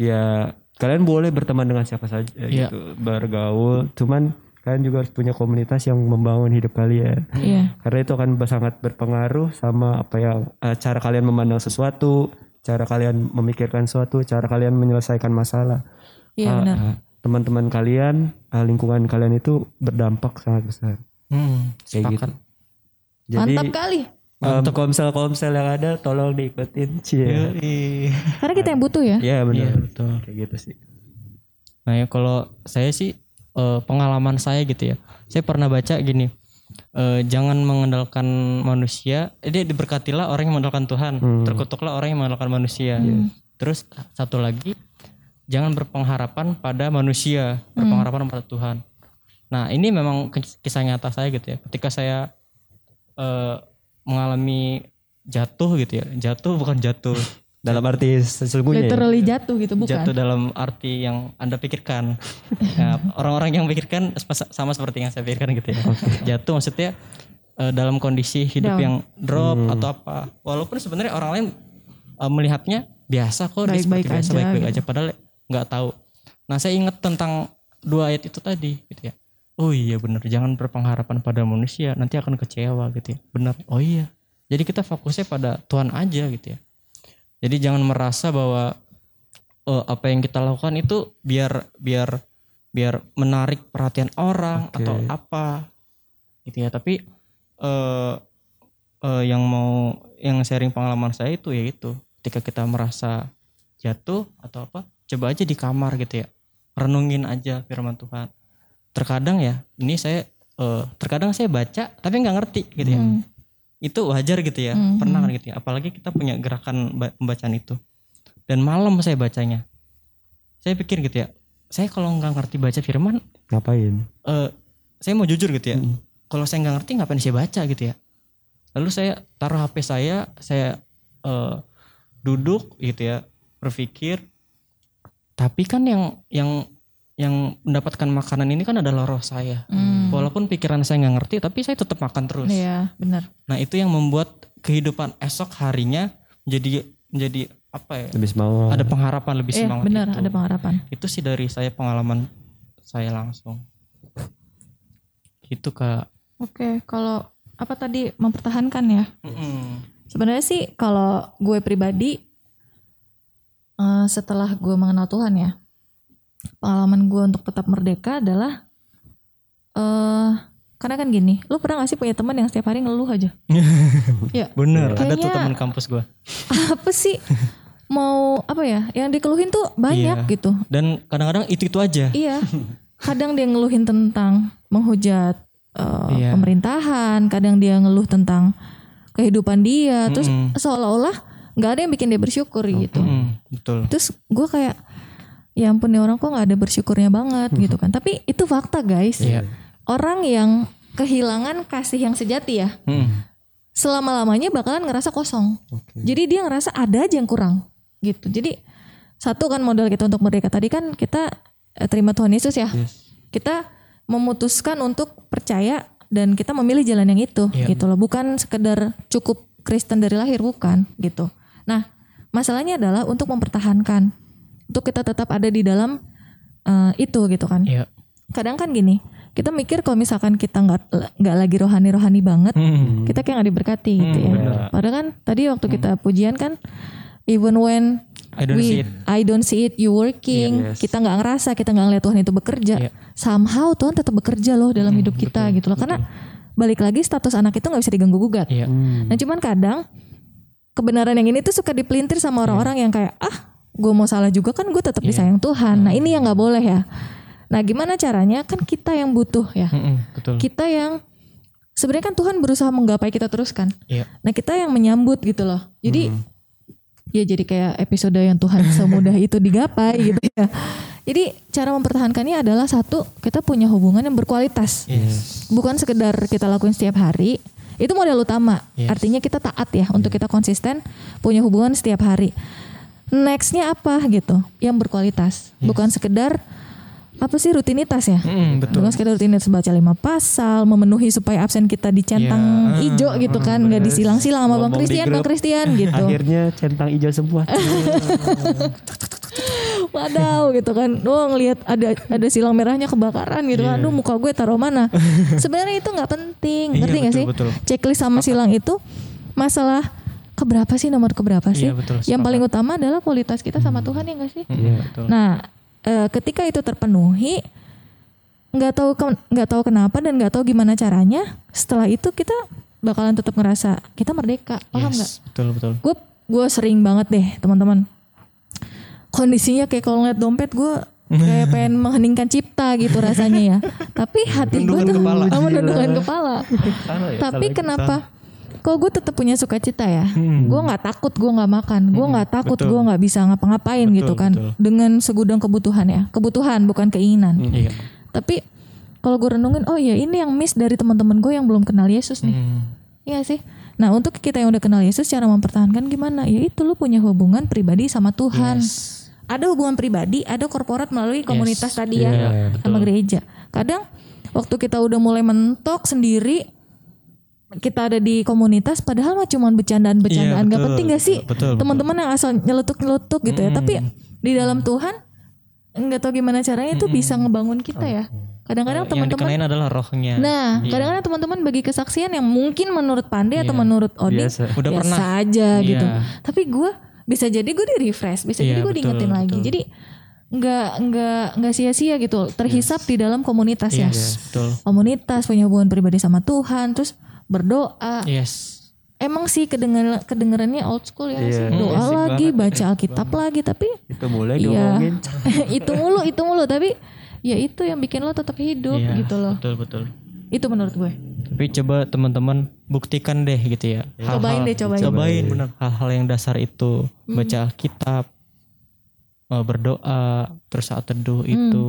Speaker 1: Ya, kalian boleh berteman dengan siapa saja
Speaker 3: Iya.
Speaker 1: gitu, bergaul, cuman kalian juga harus punya komunitas yang membangun hidup kalian
Speaker 2: Iya.
Speaker 1: karena itu akan ber- sangat berpengaruh sama apa yang eh, cara kalian memandang sesuatu, cara kalian memikirkan sesuatu, cara kalian menyelesaikan masalah.
Speaker 2: Iya
Speaker 1: Eh,
Speaker 2: benar.
Speaker 1: eh, Teman-teman kalian, eh, lingkungan kalian itu berdampak sangat besar.
Speaker 3: Hmm,
Speaker 1: Kayak gitu.
Speaker 3: sepakat
Speaker 1: Jadi
Speaker 2: Mantap kali.
Speaker 1: em, komsel-komsel yang ada tolong diikutin, cie.
Speaker 3: Yoi.
Speaker 2: Karena kita yang butuh ya.
Speaker 1: Iya benar.
Speaker 3: Iya, betul.
Speaker 1: Kayak gitu sih.
Speaker 3: Nah, ya kalau saya sih eh, pengalaman saya gitu ya. Saya pernah baca gini. eh, jangan mengandalkan manusia. Eh, dia diberkatilah orang yang mengandalkan Tuhan. Terkutuklah orang yang mengandalkan manusia. Terus satu lagi, jangan berpengharapan pada manusia, berpengharapan pada Tuhan. Nah ini memang kis- kisah nyata saya gitu ya. Ketika saya eh, mengalami jatuh gitu ya, jatuh bukan jatuh,
Speaker 1: Dalam arti sesungguhnya ya.
Speaker 2: Literally jatuh gitu bukan?
Speaker 3: jatuh dalam arti yang anda
Speaker 2: <laughs>
Speaker 3: pikirkan. Nah, orang-orang yang pikirkan sep- sama seperti yang saya pikirkan gitu ya. Jatuh maksudnya eh, dalam kondisi hidup yang drop atau apa. Walaupun sebenarnya orang lain eh, melihatnya biasa kok,
Speaker 2: Baik-baik
Speaker 3: dia seperti
Speaker 2: aja,
Speaker 3: biasa
Speaker 2: gitu.
Speaker 3: baik-baik aja. Padahal nggak tahu. Nah saya ingat tentang dua ayat itu tadi gitu ya. Oh iya benar, jangan berpengharapan pada manusia, nanti akan kecewa gitu ya. Benar, oh iya. Jadi kita fokusnya pada Tuhan aja gitu ya. Jadi jangan merasa bahwa eh, apa yang kita lakukan itu biar biar biar menarik perhatian orang atau apa gitu ya. Tapi eh eh, yang mau yang sharing pengalaman saya itu ya itu ketika kita merasa jatuh atau apa, coba aja di kamar gitu ya. Renungin aja firman Tuhan. Terkadang ya, ini saya eh, terkadang saya baca tapi nggak ngerti
Speaker 2: Hmm.
Speaker 3: gitu ya itu wajar gitu ya pernah kan gitu ya apalagi kita punya gerakan ba- pembacaan itu dan malam saya bacanya saya pikir gitu ya saya kalau nggak ngerti baca firman
Speaker 1: Ngapain?
Speaker 3: eh saya mau jujur gitu ya kalau saya nggak ngerti ngapain saya baca gitu ya lalu saya taruh hp saya saya eh, duduk gitu ya berpikir tapi kan yang yang yang mendapatkan makanan ini kan adalah roh saya walaupun pikiran saya nggak ngerti tapi saya tetap makan terus
Speaker 2: Hmm. Mhm. Iya benar.
Speaker 3: Nah itu yang membuat kehidupan esok harinya menjadi menjadi apa ya?
Speaker 1: Lebih semangat.
Speaker 3: Ada pengharapan lebih
Speaker 2: Iya
Speaker 3: semangat.
Speaker 2: benar
Speaker 3: itu.
Speaker 2: ada pengharapan.
Speaker 3: Itu sih dari saya pengalaman saya langsung. Itu kak.
Speaker 2: Oke kalau apa tadi mempertahankan ya?
Speaker 3: Mm-mm.
Speaker 2: Sebenarnya sih kalau gue pribadi eh, setelah gue mengenal Tuhan ya, pengalaman gue untuk tetap merdeka adalah eh karena kan gini, lu pernah gak sih punya teman yang setiap hari ngeluh <laughs> aja? ya,
Speaker 3: Bener. Ada tuh
Speaker 2: Kayaknya-
Speaker 3: teman kampus gua.
Speaker 2: apa sih? Mau apa ya? Yang dikeluhin tuh banyak
Speaker 3: Iya.
Speaker 2: gitu.
Speaker 3: Dan kadang-kadang itu itu aja.
Speaker 2: Iya. Kadang dia ngeluhin tentang menghujat eh,
Speaker 3: Iya.
Speaker 2: pemerintahan, kadang dia ngeluh tentang kehidupan dia, terus
Speaker 3: Mm-mm.
Speaker 2: seolah-olah nggak ada yang bikin dia bersyukur gitu.
Speaker 3: Mm, betul.
Speaker 2: Terus gue kayak ya ampun nih orang kok nggak ada bersyukurnya banget gitu kan. Tapi itu fakta guys.
Speaker 3: Iya.
Speaker 2: Orang yang kehilangan kasih yang sejati ya,
Speaker 3: Mm.
Speaker 2: selama-lamanya bakalan ngerasa kosong. Jadi dia ngerasa ada aja yang kurang gitu. Jadi satu kan modal kita untuk merdeka tadi kan kita eh, terima Tuhan Yesus ya. Kita memutuskan untuk percaya dan kita memilih jalan yang itu
Speaker 3: Iya.
Speaker 2: gitu loh. Bukan sekedar cukup Kristen dari lahir bukan gitu. Nah, masalahnya adalah untuk mempertahankan untuk kita tetap ada di dalam eh, itu gitu kan.
Speaker 3: Iya.
Speaker 2: Kadang kan gini, kita mikir kalau misalkan kita nggak nggak lagi rohani-rohani banget
Speaker 3: Mm.
Speaker 2: kita kayak nggak diberkati
Speaker 3: Hmm,
Speaker 2: gitu ya. Padahal kan tadi waktu kita pujian kan, even when
Speaker 3: I don't
Speaker 2: we
Speaker 3: see it.
Speaker 2: I don't see it you working, kita nggak ngerasa, kita nggak ngeliat Tuhan itu bekerja.
Speaker 3: Iya.
Speaker 2: Somehow Tuhan tetap bekerja loh
Speaker 3: Hmm,
Speaker 2: dalam hidup kita gitu loh. Karena balik lagi status anak itu nggak bisa diganggu gugat.
Speaker 3: Iya.
Speaker 1: Hmm.
Speaker 2: Nah cuman kadang kebenaran yang ini tuh suka dipelintir sama orang-orang yang kayak ah gue mau salah juga kan gue tetap disayang Tuhan.
Speaker 3: Hmm.
Speaker 2: Nah ini yang nggak boleh ya. Nah gimana caranya kan kita yang butuh ya
Speaker 3: Mm-mm, betul.
Speaker 2: kita yang sebenarnya kan Tuhan berusaha menggapai kita terus kan.
Speaker 3: Iya.
Speaker 2: Nah kita yang menyambut gitu loh. Jadi ya jadi kayak episode yang Tuhan semudah itu digapai gitu ya. Jadi cara mempertahankannya adalah satu kita punya hubungan yang berkualitas,
Speaker 3: Yes.
Speaker 2: bukan sekedar kita lakuin setiap hari. Itu modal utama.
Speaker 3: Yes.
Speaker 2: Artinya kita taat ya untuk kita konsisten punya hubungan setiap hari. Nextnya apa gitu? Yang berkualitas, bukan sekedar apa sih rutinitas ya?
Speaker 3: Mm, betul.
Speaker 2: Dengan sekedar rutinitas baca lima pasal, memenuhi supaya absen kita dicentang
Speaker 3: Iya.
Speaker 2: ijo gitu kan, nggak disilang-silang sama
Speaker 1: Ngomong
Speaker 2: Bang
Speaker 1: di
Speaker 2: Christian, Bang
Speaker 1: grup.
Speaker 2: Christian gitu.
Speaker 1: Akhirnya centang hijau
Speaker 3: <laughs>
Speaker 1: semua.
Speaker 2: Wadaw gitu kan. Oh ngelihat ada ada silang merahnya kebakaran gitu kan. Aduh muka gue taruh
Speaker 3: <laughs>
Speaker 2: mana? Sebenarnya itu nggak penting,
Speaker 3: Iya,
Speaker 2: ngerti nggak sih?
Speaker 3: betul, betul.
Speaker 2: Checklist sama silang itu masalah keberapa sih nomor keberapa sih?
Speaker 3: Iya, betul,
Speaker 2: Yang paling utama adalah kualitas kita sama Tuhan ya nggak sih?
Speaker 3: Iya, betul.
Speaker 2: Nah, eh, ketika itu terpenuhi, nggak tahu ke- nggak tahu kenapa dan nggak tahu gimana caranya. Setelah itu kita bakalan tetap ngerasa kita merdeka, paham nggak?
Speaker 3: Yes, betul betul.
Speaker 2: Gue gue sering banget deh teman-teman. Kondisinya kayak kalau ngeliat dompet gue
Speaker 1: <laughs>
Speaker 2: kayak pengen mengheningkan cipta gitu rasanya ya tapi hati gue tuh <laughs>
Speaker 1: kepala. Iya.
Speaker 2: Ah, menundukkan kepala
Speaker 1: Salah ya,
Speaker 2: tapi kenapa kok gue tetap punya sukacita ya
Speaker 1: Hmm.
Speaker 2: gue nggak takut gue nggak makan gue nggak takut gue nggak bisa ngapa-ngapain gitu kan dengan segudang kebutuhan ya kebutuhan bukan keinginan
Speaker 1: Hmm.
Speaker 3: Iya.
Speaker 2: tapi kalau gue renungin oh ya ini yang miss dari teman-teman gue yang belum kenal Yesus nih Iya sih. Nah untuk kita yang udah kenal Yesus cara mempertahankan gimana? Ya itu lu punya hubungan pribadi sama Tuhan. Ada hubungan pribadi, ada korporat melalui komunitas tadi ya sama gereja. Kadang waktu kita udah mulai mentok sendiri, kita ada di komunitas padahal mah cuman bercandaan-bercandaan gak penting gak sih teman-teman yang asal nyeletuk-nyeletuk gitu ya tapi di dalam Tuhan nggak tahu gimana caranya itu bisa ngebangun kita ya kadang-kadang
Speaker 3: Yang
Speaker 2: teman-teman
Speaker 3: dikenain adalah rohnya.
Speaker 2: Nah, kadang-kadang teman-teman bagi kesaksian yang mungkin menurut Pandey atau menurut Odin
Speaker 1: Biasa.
Speaker 3: Iya, Udah pernah.
Speaker 2: aja gitu.
Speaker 3: Iya.
Speaker 2: Tapi gue bisa jadi gue di refresh, bisa jadi gue
Speaker 3: Iya, betul,
Speaker 2: diingetin lagi. Jadi nggak nggak nggak sia-sia gitu, terhisap di dalam komunitas ya.
Speaker 3: Yes, betul.
Speaker 2: Komunitas punya hubungan pribadi sama Tuhan, terus berdoa.
Speaker 3: Yes.
Speaker 2: Emang sih kedengar kedengarannya old school
Speaker 3: Iya.
Speaker 2: ya, sih. doa lagi, baca Alkitab lagi, tapi
Speaker 1: Itu mulai
Speaker 2: Iya.
Speaker 1: diomongin.
Speaker 2: <laughs> itu mulu, itu mulu, tapi ya itu yang bikin lo tetap hidup
Speaker 3: Iya,
Speaker 2: gitu loh.
Speaker 3: Betul, betul.
Speaker 2: Itu menurut gue.
Speaker 3: Tapi coba teman-teman buktikan deh gitu ya. Hal-hal-
Speaker 2: Iya. Cobain deh, cobain. Hmm.
Speaker 3: Cobain bener hal-hal yang dasar itu baca Alkitab, eh, berdoa, terus saat
Speaker 2: Hmm.
Speaker 3: teduh itu.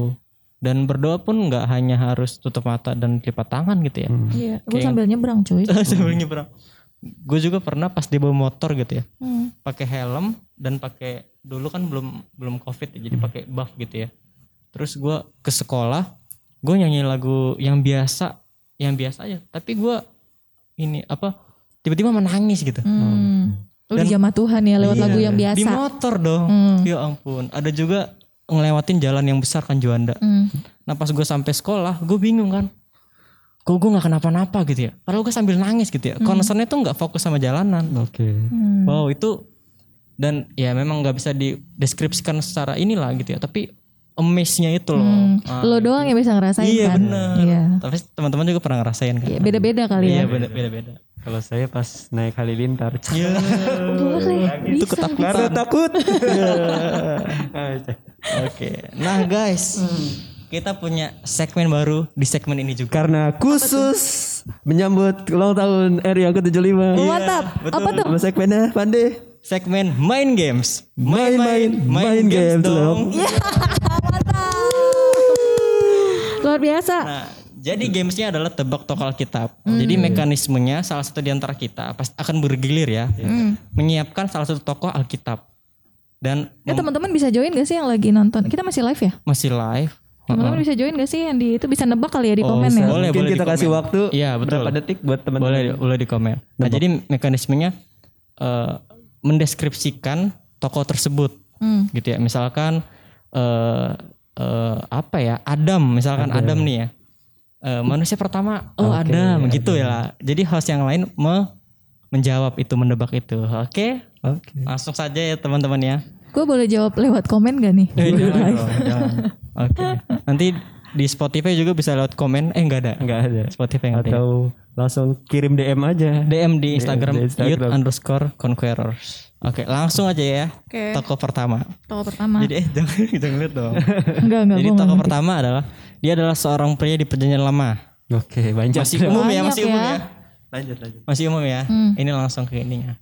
Speaker 3: Dan berdoa pun nggak hanya harus tutup mata dan lipat tangan gitu ya.
Speaker 2: Iya, gue sambil nyebrang cuy.
Speaker 3: <laughs> Sambil nyebrang. Gue juga pernah pas di bawa motor gitu ya,
Speaker 2: Hmm.
Speaker 3: pakai helm dan pakai dulu kan belum belum covid ya,
Speaker 2: Hmm.
Speaker 3: jadi pakai buff gitu ya. Terus gua ke sekolah, gue nyanyi lagu yang biasa, yang biasa aja. Tapi gua ini apa tiba-tiba menangis gitu.
Speaker 2: Hmm. Lu dijamah Tuhan ya
Speaker 3: Iya.
Speaker 2: lewat lagu yang
Speaker 3: Di
Speaker 2: biasa. Hmm.
Speaker 3: motor dong. Ya ampun. Ada juga ngelewatin jalan yang besar kan Juanda.
Speaker 2: Hmm.
Speaker 3: Nah pas gue sampai sekolah, gue bingung kan. Kok gue gak kenapa-napa gitu ya. Padahal gue sambil nangis gitu
Speaker 2: Hmm.
Speaker 3: ya. Concernnya tuh gak fokus sama jalanan.
Speaker 1: Oke.
Speaker 3: Wow itu. Dan ya memang gak bisa dideskripsikan secara inilah gitu ya. Tapi amaze-nya itu loh.
Speaker 2: Hmm.
Speaker 3: Ah,
Speaker 2: Lo doang yang bisa ngerasain
Speaker 3: iya
Speaker 2: kan.
Speaker 3: bener.
Speaker 2: Iya.
Speaker 3: Tapi teman-teman juga pernah ngerasain kan.
Speaker 2: Iya, Beda-beda kali ya.
Speaker 3: Iya beda- beda-beda.
Speaker 1: Kalau saya pas naik halilintar.
Speaker 3: Iya.
Speaker 2: Boleh.
Speaker 3: itu
Speaker 2: bisa.
Speaker 3: ketakutan.
Speaker 1: Karena
Speaker 2: <laughs>
Speaker 1: takut. <laughs> Ah,
Speaker 3: Oke. Nah guys.
Speaker 2: Hmm.
Speaker 3: Kita punya segmen baru di segmen ini juga.
Speaker 1: Karena khusus menyambut ulang tahun R yang ke-75.
Speaker 2: Mantap. Apa
Speaker 1: Iya,
Speaker 2: tuh?
Speaker 1: Sama ya, segmennya Pandey.
Speaker 3: segmen main games.
Speaker 1: Main-main, main games dong.
Speaker 2: Luar biasa.
Speaker 3: Nah, jadi gamesnya adalah tebak toko Alkitab. Jadi mekanismenya salah satu di antara kita pasti akan bergilir ya, menyiapkan salah satu tokoh Alkitab dan
Speaker 2: Eh teman-teman bisa join gak sih yang lagi nonton? Kita masih live ya?
Speaker 3: masih live.
Speaker 2: Teman-teman bisa join gak sih yang di itu bisa nebak kali
Speaker 3: Oh,
Speaker 2: ya di komen ya?
Speaker 3: Boleh,
Speaker 1: Mungkin
Speaker 3: boleh
Speaker 1: kita
Speaker 3: di
Speaker 1: kasih
Speaker 3: komen.
Speaker 1: waktu
Speaker 3: Iya, betul.
Speaker 1: berapa detik buat teman-teman.
Speaker 3: Boleh, boleh di komen. Nah, jadi mekanismenya eh, mendeskripsikan tokoh tersebut, gitu ya. Misalkan eh eh, apa ya, Adam, misalkan Adam, nih ya, Eh, manusia pertama, oh Adam, gitu ya. lah. Jadi host yang lain me- menjawab itu, mendebak itu. Oke,
Speaker 1: Oke.
Speaker 3: langsung saja ya teman-teman ya.
Speaker 2: Gue boleh jawab lewat komen gak nih?
Speaker 3: Eh, jangan dong, jangan. Oke, nanti di Spotify juga bisa lewat komen. Eh, enggak ada,
Speaker 1: Enggak ada.
Speaker 3: Spotify enggak ada.
Speaker 1: Atau langsung kirim DM aja.
Speaker 3: DM di Instagram,
Speaker 1: di Instagram.
Speaker 3: youth underscore conquerors. Oke, langsung aja ya.
Speaker 2: Oke.
Speaker 3: Toko pertama.
Speaker 2: Toko pertama.
Speaker 3: Jadi eh jangan <laughs> jangan lihat dong.
Speaker 2: Enggak enggak
Speaker 3: Jadi
Speaker 2: gue
Speaker 3: toko pertama adalah dia adalah seorang pria di perjanjian lama.
Speaker 1: Oke, banyak.
Speaker 3: Masih umum ya,
Speaker 2: Banyak
Speaker 3: masih umum
Speaker 2: ya. Hmm.
Speaker 3: ya.
Speaker 1: Lanjut lanjut.
Speaker 3: Masih umum ya. Ini langsung ke ininya.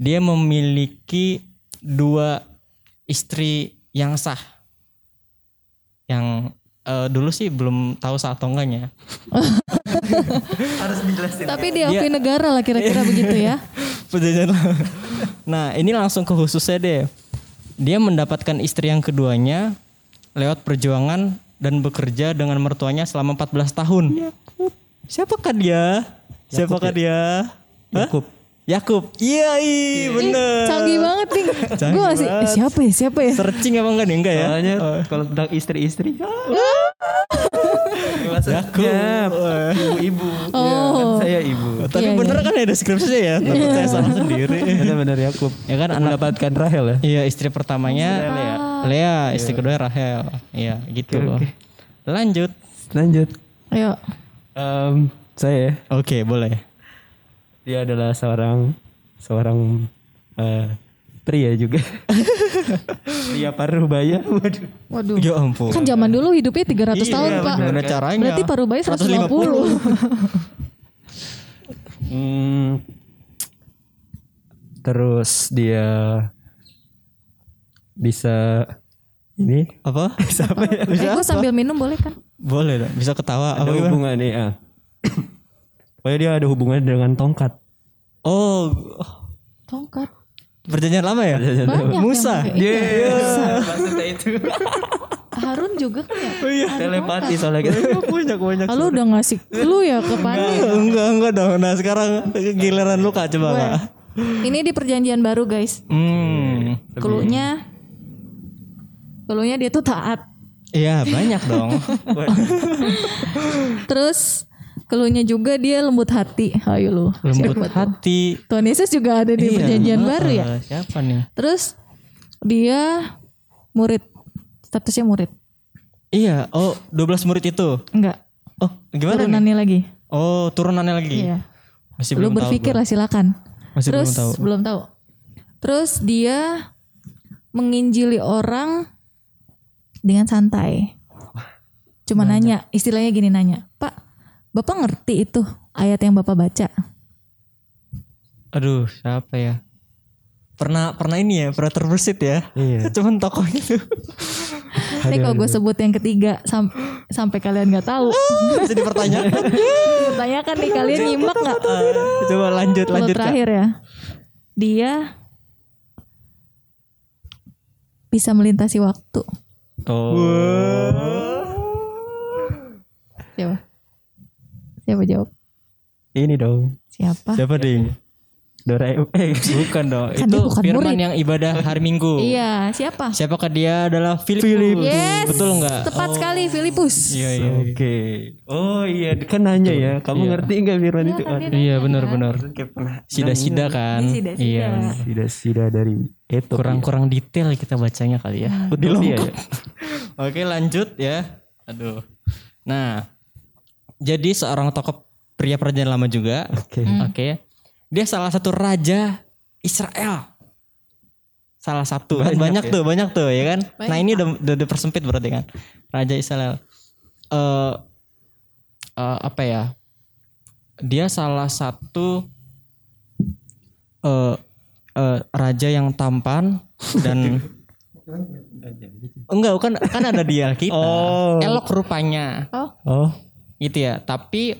Speaker 3: Dia memiliki dua istri yang sah. Yang eh, dulu sih belum tahu sah atau enggaknya.
Speaker 1: Harus dijelasin.
Speaker 2: Tapi
Speaker 3: Iya.
Speaker 2: diakui negara lah
Speaker 3: <laughs>
Speaker 2: kira-kira begitu ya.
Speaker 3: Perjanjian lama. <laughs> Nah ini langsung ke khususnya deh. Dia mendapatkan istri yang keduanya lewat perjuangan dan bekerja dengan mertuanya selama 14 tahun. Siapakah dia? Siapakah dia? Hah?
Speaker 1: Cukup.
Speaker 3: Yakub. Iya, iya, bener.
Speaker 2: Canggih banget nih.
Speaker 3: Canggih
Speaker 2: Gue masih eh, siapa ya? Siapa ya?
Speaker 3: Searching apa enggak nih? Enggak ya?
Speaker 1: Soalnya kalau tentang istri-istri. ya, Maksudnya ibu-ibu. Ya, kan saya ibu.
Speaker 3: Tapi
Speaker 2: Iya,
Speaker 3: bener kan ya deskripsinya ya? Takut saya salah sendiri.
Speaker 1: Benar-benar Yakub.
Speaker 3: ya kan anak
Speaker 1: Mendapatkan Rahel ya.
Speaker 3: Iya istri pertamanya Lea, Lea istri kedua Rahel. Iya gitu loh. Lanjut.
Speaker 1: Lanjut.
Speaker 2: Ayo.
Speaker 1: Em, saya ya,
Speaker 3: Oke boleh.
Speaker 1: dia adalah seorang seorang eh, Pria <laughs> juga. Pria parubaya. Waduh.
Speaker 2: Waduh.
Speaker 3: Ya ampun.
Speaker 2: Kan zaman dulu hidupnya 300
Speaker 3: Iya,
Speaker 2: tahun, Pak.
Speaker 3: Gimana caranya?
Speaker 2: Berarti parubaya 150.
Speaker 1: Hmm. Terus dia bisa ini
Speaker 3: Apa?
Speaker 1: siapa ya?
Speaker 2: eh, gue sambil minum boleh kan?
Speaker 3: Boleh dong. Bisa ketawa
Speaker 1: Ada
Speaker 3: apa gimana?
Speaker 1: hubungan nih ah. Pokoknya dia ada hubungannya dengan tongkat.
Speaker 3: Oh,
Speaker 2: Tongkat.
Speaker 3: perjanjian lama ya?
Speaker 2: Banyak yang
Speaker 3: Musa.
Speaker 2: pakai.
Speaker 1: Iya. Maksudnya itu.
Speaker 2: <laughs> Harun juga kan ya?
Speaker 1: Telepati soalnya gitu.
Speaker 3: Oh iya. banyak banyak.
Speaker 2: Ah, Lu udah ngasih clue ya ke Pani.
Speaker 3: Enggak, enggak dong. Nah, sekarang giliran lu Kak coba Kak.
Speaker 2: Ini di perjanjian baru guys.
Speaker 3: Hmm.
Speaker 2: Clue-nya clue-nya dia tuh taat.
Speaker 3: Iya, banyak
Speaker 2: <laughs>
Speaker 3: dong.
Speaker 2: Terus clue-nya juga dia lembut hati. Ayo lu.
Speaker 3: Lembut
Speaker 2: Siapa tuh?
Speaker 3: hati. Iya.
Speaker 2: Tuhan Yesus juga ada di perjanjian baru ya.
Speaker 3: Ah, Siapa nih?
Speaker 2: Terus dia murid. Statusnya murid.
Speaker 3: Iya, oh 12 murid itu.
Speaker 2: Enggak.
Speaker 3: Oh, gimana nih?
Speaker 2: Turunannya lagi.
Speaker 3: Oh, turunannya lagi.
Speaker 2: Iya. Lu
Speaker 3: Masih belum tahu.
Speaker 2: berpikir lah silakan.
Speaker 3: Masih
Speaker 2: Terus
Speaker 3: belum tahu.
Speaker 2: belum tahu. Terus dia menginjili orang dengan santai. Cuma nanya, istilahnya gini nanya, Pak, Bapak ngerti itu ayat yang Bapak baca?
Speaker 3: Aduh, siapa ya? Pernah pernah ini ya, pernah terbersit ya.
Speaker 1: Iya.
Speaker 3: <laughs> Cuman tokoh itu
Speaker 2: Ini kalau gue sebut yang ketiga sam- sampai kalian nggak tahu,
Speaker 3: bisa <laughs> dipertanyakan.
Speaker 2: tanyakan nih kalian nyimak nggak?
Speaker 3: Eh, coba lanjut
Speaker 2: Lo
Speaker 3: lanjut. Kak.
Speaker 2: terakhir ya, dia bisa melintasi waktu.
Speaker 1: Oh.
Speaker 2: Siapa? Siapa jawab?
Speaker 1: Ini dong.
Speaker 2: Siapa?
Speaker 3: Siapa ding?
Speaker 1: Doraemon. <laughs> Eh,
Speaker 3: Bukan dong.
Speaker 2: Kan
Speaker 3: itu
Speaker 2: dia bukan
Speaker 3: firman
Speaker 2: murid.
Speaker 3: yang ibadah hari Minggu.
Speaker 2: <laughs> Iya, siapa?
Speaker 3: Siapakah dia adalah Filipus.
Speaker 2: Yes.
Speaker 3: Betul nggak? Oh.
Speaker 2: Tepat sekali Filipus.
Speaker 3: Iya, iya.
Speaker 1: Oke. Oh iya, kan nanya ya. Kamu ngerti nggak Firman itu? Aduh,
Speaker 3: Iya, benar-benar.
Speaker 1: kayak pernah
Speaker 3: Sida-sida kan. Iya. benar.
Speaker 1: sida-sida dari itu.
Speaker 3: Kurang-kurang detail kita bacanya kali
Speaker 2: Iya.
Speaker 3: ya.
Speaker 1: Di ya.
Speaker 3: Oke lanjut ya. Aduh. Nah, jadi seorang tokoh pria perjanjian lama juga.
Speaker 1: <laughs> Oke.
Speaker 3: Oke. Dia salah satu raja Israel. Salah satu. Kan Banyak, tuh, banyak tuh ya kan. Nah ini udah, udah dipersempit berarti kan. Raja Israel. Eh eh, apa ya? Dia salah satu eh eh, raja yang tampan dan <laughs> enggak kan kan ada di Alkitab.
Speaker 1: Oh.
Speaker 3: Elok rupanya
Speaker 2: Oh,
Speaker 1: Oh.
Speaker 3: gitu ya tapi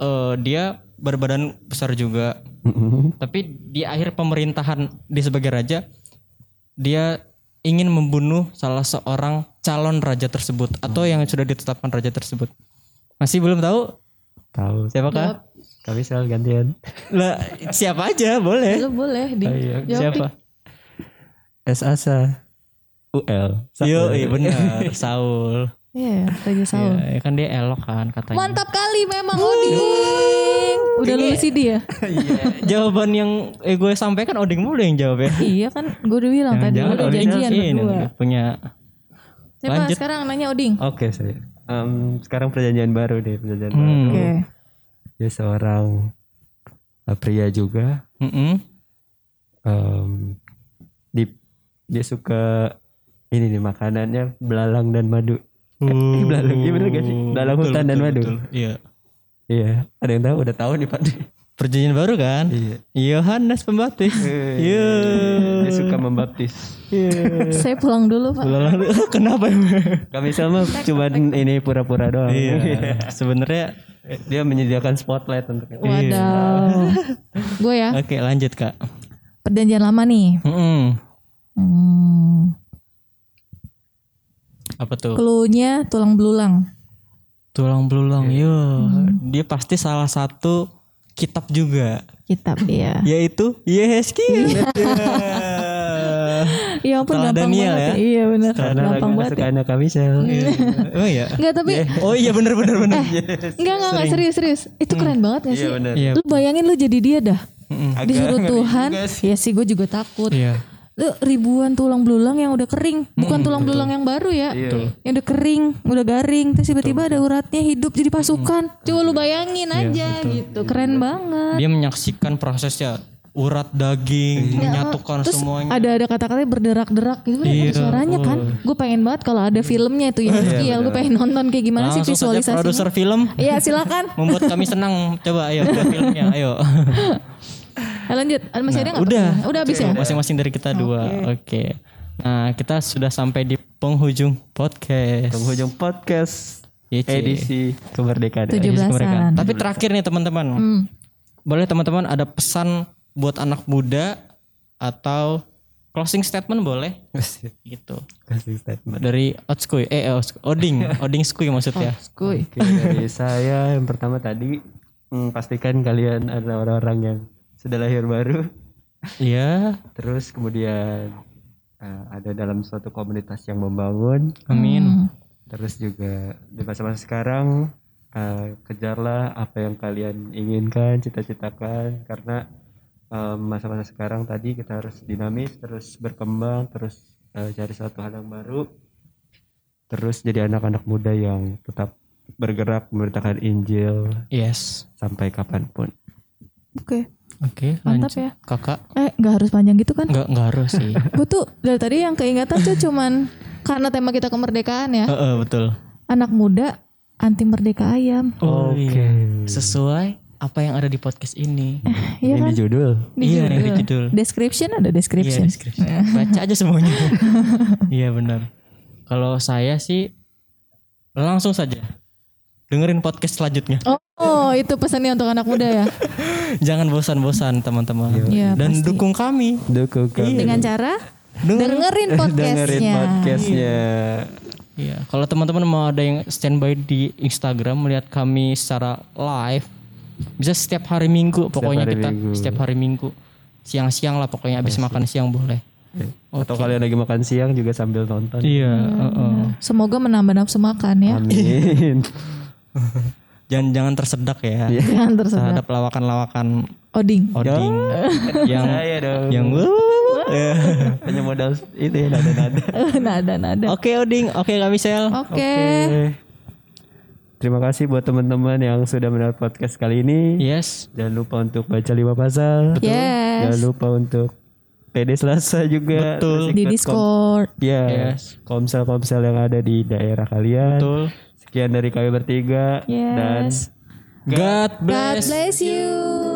Speaker 3: eh, dia berbadan besar juga tapi di akhir pemerintahan dia sebagai raja dia ingin membunuh salah seorang calon raja tersebut atau yang sudah ditetapkan raja tersebut masih belum tahu
Speaker 1: Tahu.
Speaker 3: siapakah
Speaker 1: Kami sel gantian.
Speaker 3: lah siapa aja boleh
Speaker 2: lu boleh
Speaker 3: Ah,
Speaker 2: di.
Speaker 3: iya. siapa
Speaker 1: S Asa. UL.
Speaker 3: yo iya benar Saul
Speaker 2: Iya, Raja Saul.
Speaker 3: ya, kan dia elok kan katanya
Speaker 2: Mantap kali memang Oding. Udah lulus ID
Speaker 3: <laughs>
Speaker 2: ya?
Speaker 3: Iya. jawaban yang eh, gue sampaikan Oding mulu yang jawab ya
Speaker 2: iya kan, gue udah bilang tadi
Speaker 3: Jangan-jangan
Speaker 2: udah
Speaker 3: Oding
Speaker 2: janjian
Speaker 3: ini
Speaker 2: berdua.
Speaker 3: punya
Speaker 2: Siapa
Speaker 3: Lanjut.
Speaker 2: sekarang nanya Oding?
Speaker 1: Oke, saya. Em, sekarang perjanjian baru deh, perjanjian baru.
Speaker 3: Hmm.
Speaker 2: Oke.
Speaker 1: Dia seorang eh, pria juga.
Speaker 3: Mm-mm.
Speaker 1: Em, di, dia suka ini nih makanannya belalang dan madu.
Speaker 3: Oh.
Speaker 1: Eh, belalang, iya bener gak sih? Belalang hutan dan madu.
Speaker 3: Iya.
Speaker 1: Iya, ada yang tahu? Udah tahu nih Pak.
Speaker 3: Perjanjian baru kan?
Speaker 1: Iya.
Speaker 3: Yohanes Pembaptis. Iya.
Speaker 1: Dia suka membaptis.
Speaker 2: Saya pulang dulu Pak.
Speaker 1: <laughs>
Speaker 3: Belalang kenapa ya?
Speaker 1: Kami sama cuman ini pura-pura doang.
Speaker 3: Iya. Sebenarnya
Speaker 1: Dia menyediakan spotlight untuk
Speaker 3: Iya.
Speaker 1: Iya. kita.
Speaker 3: <laughs>
Speaker 2: Wadaw. gue ya,
Speaker 3: oke lanjut Kak.
Speaker 2: perjanjian lama nih.
Speaker 3: Mm-mm.
Speaker 2: Hmm.
Speaker 3: Apa tuh?
Speaker 2: Clue-nya tulang belulang.
Speaker 3: Tulang belulang. Yo. Dia pasti salah satu kitab juga
Speaker 2: Kitab
Speaker 3: iya.
Speaker 2: ya.
Speaker 3: yaitu
Speaker 1: <laughs>
Speaker 3: Iya. Yeskiel.
Speaker 2: Ya ampun
Speaker 3: Setelah
Speaker 2: gampang
Speaker 3: Daniel
Speaker 2: banget.
Speaker 3: ya.
Speaker 2: ya. Iya benar.
Speaker 1: Karena lagu
Speaker 2: Gampang banget. ya.
Speaker 1: kesukaannya kami sel.
Speaker 3: oh iya.
Speaker 2: Enggak tapi
Speaker 3: Oh iya benar benar benar.
Speaker 2: Enggak, enggak, enggak, serius, serius. Itu keren banget gak sih?
Speaker 1: bener.
Speaker 3: Hmm. Iya. Hmm.
Speaker 2: Lu bayangin lu jadi dia dah. Disuruh Tuhan. Ya sih gue juga takut.
Speaker 3: Iya.
Speaker 2: Lu ribuan tulang belulang yang udah kering. Bukan tulang belulang yang baru
Speaker 3: Iya.
Speaker 2: ya. Yang udah kering, udah garing. Terus tiba-tiba ada uratnya hidup jadi pasukan. Coba lu bayangin aja gitu. Keren banget.
Speaker 3: Dia menyaksikan prosesnya urat daging menyatukan
Speaker 2: Terus
Speaker 3: semuanya.
Speaker 2: ada ada kata-kata berderak-derak gitu kan
Speaker 3: Iya,
Speaker 2: ada suaranya kan. Gue pengen banget kalau ada filmnya itu ya. Iya, gue pengen nonton kayak gimana sih
Speaker 3: Langsung saja
Speaker 2: visualisasinya.
Speaker 3: Ah, produser film
Speaker 2: Iya, silakan.
Speaker 3: membuat kami senang. <laughs> Coba ayo buat filmnya, <laughs> ayo.
Speaker 2: Eh, lanjut. Ada- Masih ada nggak?
Speaker 3: udah. Iya,
Speaker 2: pertanyaan? Udah habis ya?
Speaker 3: Masing-masing dari kita dua. Oke. Nah, kita sudah sampai di penghujung podcast.
Speaker 1: penghujung podcast
Speaker 3: Yece.
Speaker 1: edisi kemerdekaan.
Speaker 2: 17-an.
Speaker 3: Edisi Iya, kemerdekaan. Tapi terakhir nih teman-teman.
Speaker 2: Hmm.
Speaker 3: Boleh teman-teman ada pesan buat anak muda atau closing statement boleh
Speaker 1: Kasih-
Speaker 3: gitu.
Speaker 1: kasih statement.
Speaker 3: Dari Otskuy, eh eh, Otskuy. <laughs> Oding, Oding Skuy maksudnya.
Speaker 2: Kuy.
Speaker 1: Oke, dari saya yang pertama tadi hmm, pastikan kalian ada orang-orang yang sudah lahir baru.
Speaker 2: Oh.
Speaker 3: Iya.
Speaker 1: Terus kemudian eh, ada dalam suatu komunitas yang membangun.
Speaker 2: Hmm.
Speaker 3: Amin.
Speaker 1: Terus juga di masa-masa sekarang eh, kejarlah apa yang kalian inginkan, cita-citakan karena eh, masa-masa sekarang tadi kita harus dinamis, terus berkembang, terus eh, cari satu hal yang baru. Terus jadi anak-anak muda yang tetap bergerak memberitakan Injil
Speaker 3: Yes.
Speaker 1: sampai kapanpun.
Speaker 2: Oke.
Speaker 3: Oke,
Speaker 2: Mantap
Speaker 3: lanjut.
Speaker 2: ya.
Speaker 3: Kakak
Speaker 2: Eh, nggak harus panjang gitu kan?
Speaker 3: nggak nggak harus
Speaker 2: <laughs>
Speaker 3: sih. Eh,
Speaker 2: Gue tuh dari tadi yang keingatan tuh cuman karena tema kita kemerdekaan ya.
Speaker 3: Heeh, eh, betul.
Speaker 2: Anak muda anti merdeka ayam.
Speaker 3: Oh,
Speaker 1: Oke.
Speaker 3: iya. Sesuai apa yang ada di podcast ini.
Speaker 2: Iya
Speaker 1: Ini
Speaker 2: kan?
Speaker 1: judul.
Speaker 2: Di
Speaker 3: iya,
Speaker 2: judul.
Speaker 3: di judul.
Speaker 2: Description ada
Speaker 3: Iya,
Speaker 2: description.
Speaker 3: deskripsi. Baca aja semuanya. <laughs> Iya, benar. Kalau saya sih langsung saja dengerin podcast <laughs> selanjutnya.
Speaker 2: Oh, oh, itu pesannya untuk anak muda ya.
Speaker 3: Jangan bosan-bosan, teman-teman.
Speaker 2: Iya,
Speaker 3: Dan
Speaker 2: pasti.
Speaker 3: dukung kami.
Speaker 1: Duku
Speaker 2: Dengan cara
Speaker 3: <laughs>
Speaker 1: Iya.
Speaker 2: dengerin
Speaker 1: Eh, dengerin
Speaker 2: podcastnya.
Speaker 1: podcastnya.
Speaker 3: Iya, kalau teman-teman mau ada yang standby di Instagram melihat kami secara live, bisa setiap hari Minggu pokoknya
Speaker 1: hari
Speaker 3: kita
Speaker 1: Minggu.
Speaker 3: setiap hari Minggu Iya, siang-siang lah pokoknya habis makan siang boleh.
Speaker 1: Atau kalian lagi makan siang juga sambil nonton.
Speaker 3: Iya, heeh.
Speaker 2: Semoga menambah nafsu makan ya. <laughs>
Speaker 1: Amin.
Speaker 3: Jangan jangan tersedak ya
Speaker 2: Jangan tersedak.
Speaker 3: terhadap lawakan-lawakan
Speaker 2: Oding. <laughs>
Speaker 3: oding yang
Speaker 1: Saya dong. Iya.
Speaker 3: yang
Speaker 1: <laughs> Hanya modal itu ya nada-nada.
Speaker 2: nada nada.
Speaker 3: Oke Oding, oke kami Kamisel.
Speaker 2: <laughs> Oke.
Speaker 1: Oke. Terima kasih buat teman-teman yang sudah mendengar podcast kali ini.
Speaker 3: Yes.
Speaker 1: Jangan lupa untuk baca lima pasal.
Speaker 2: Iya. Yes.
Speaker 1: Jangan lupa untuk PD Selasa juga. Terus
Speaker 3: Betul.
Speaker 1: ikut
Speaker 2: Di
Speaker 1: kom-
Speaker 2: Discord.
Speaker 1: Ya.
Speaker 3: Yes.
Speaker 1: Komsel-komsel yang ada di daerah kalian.
Speaker 3: Betul.
Speaker 1: Sekian dari kami bertiga dan
Speaker 2: Yes.
Speaker 3: God
Speaker 2: God
Speaker 3: bless.
Speaker 2: bless you.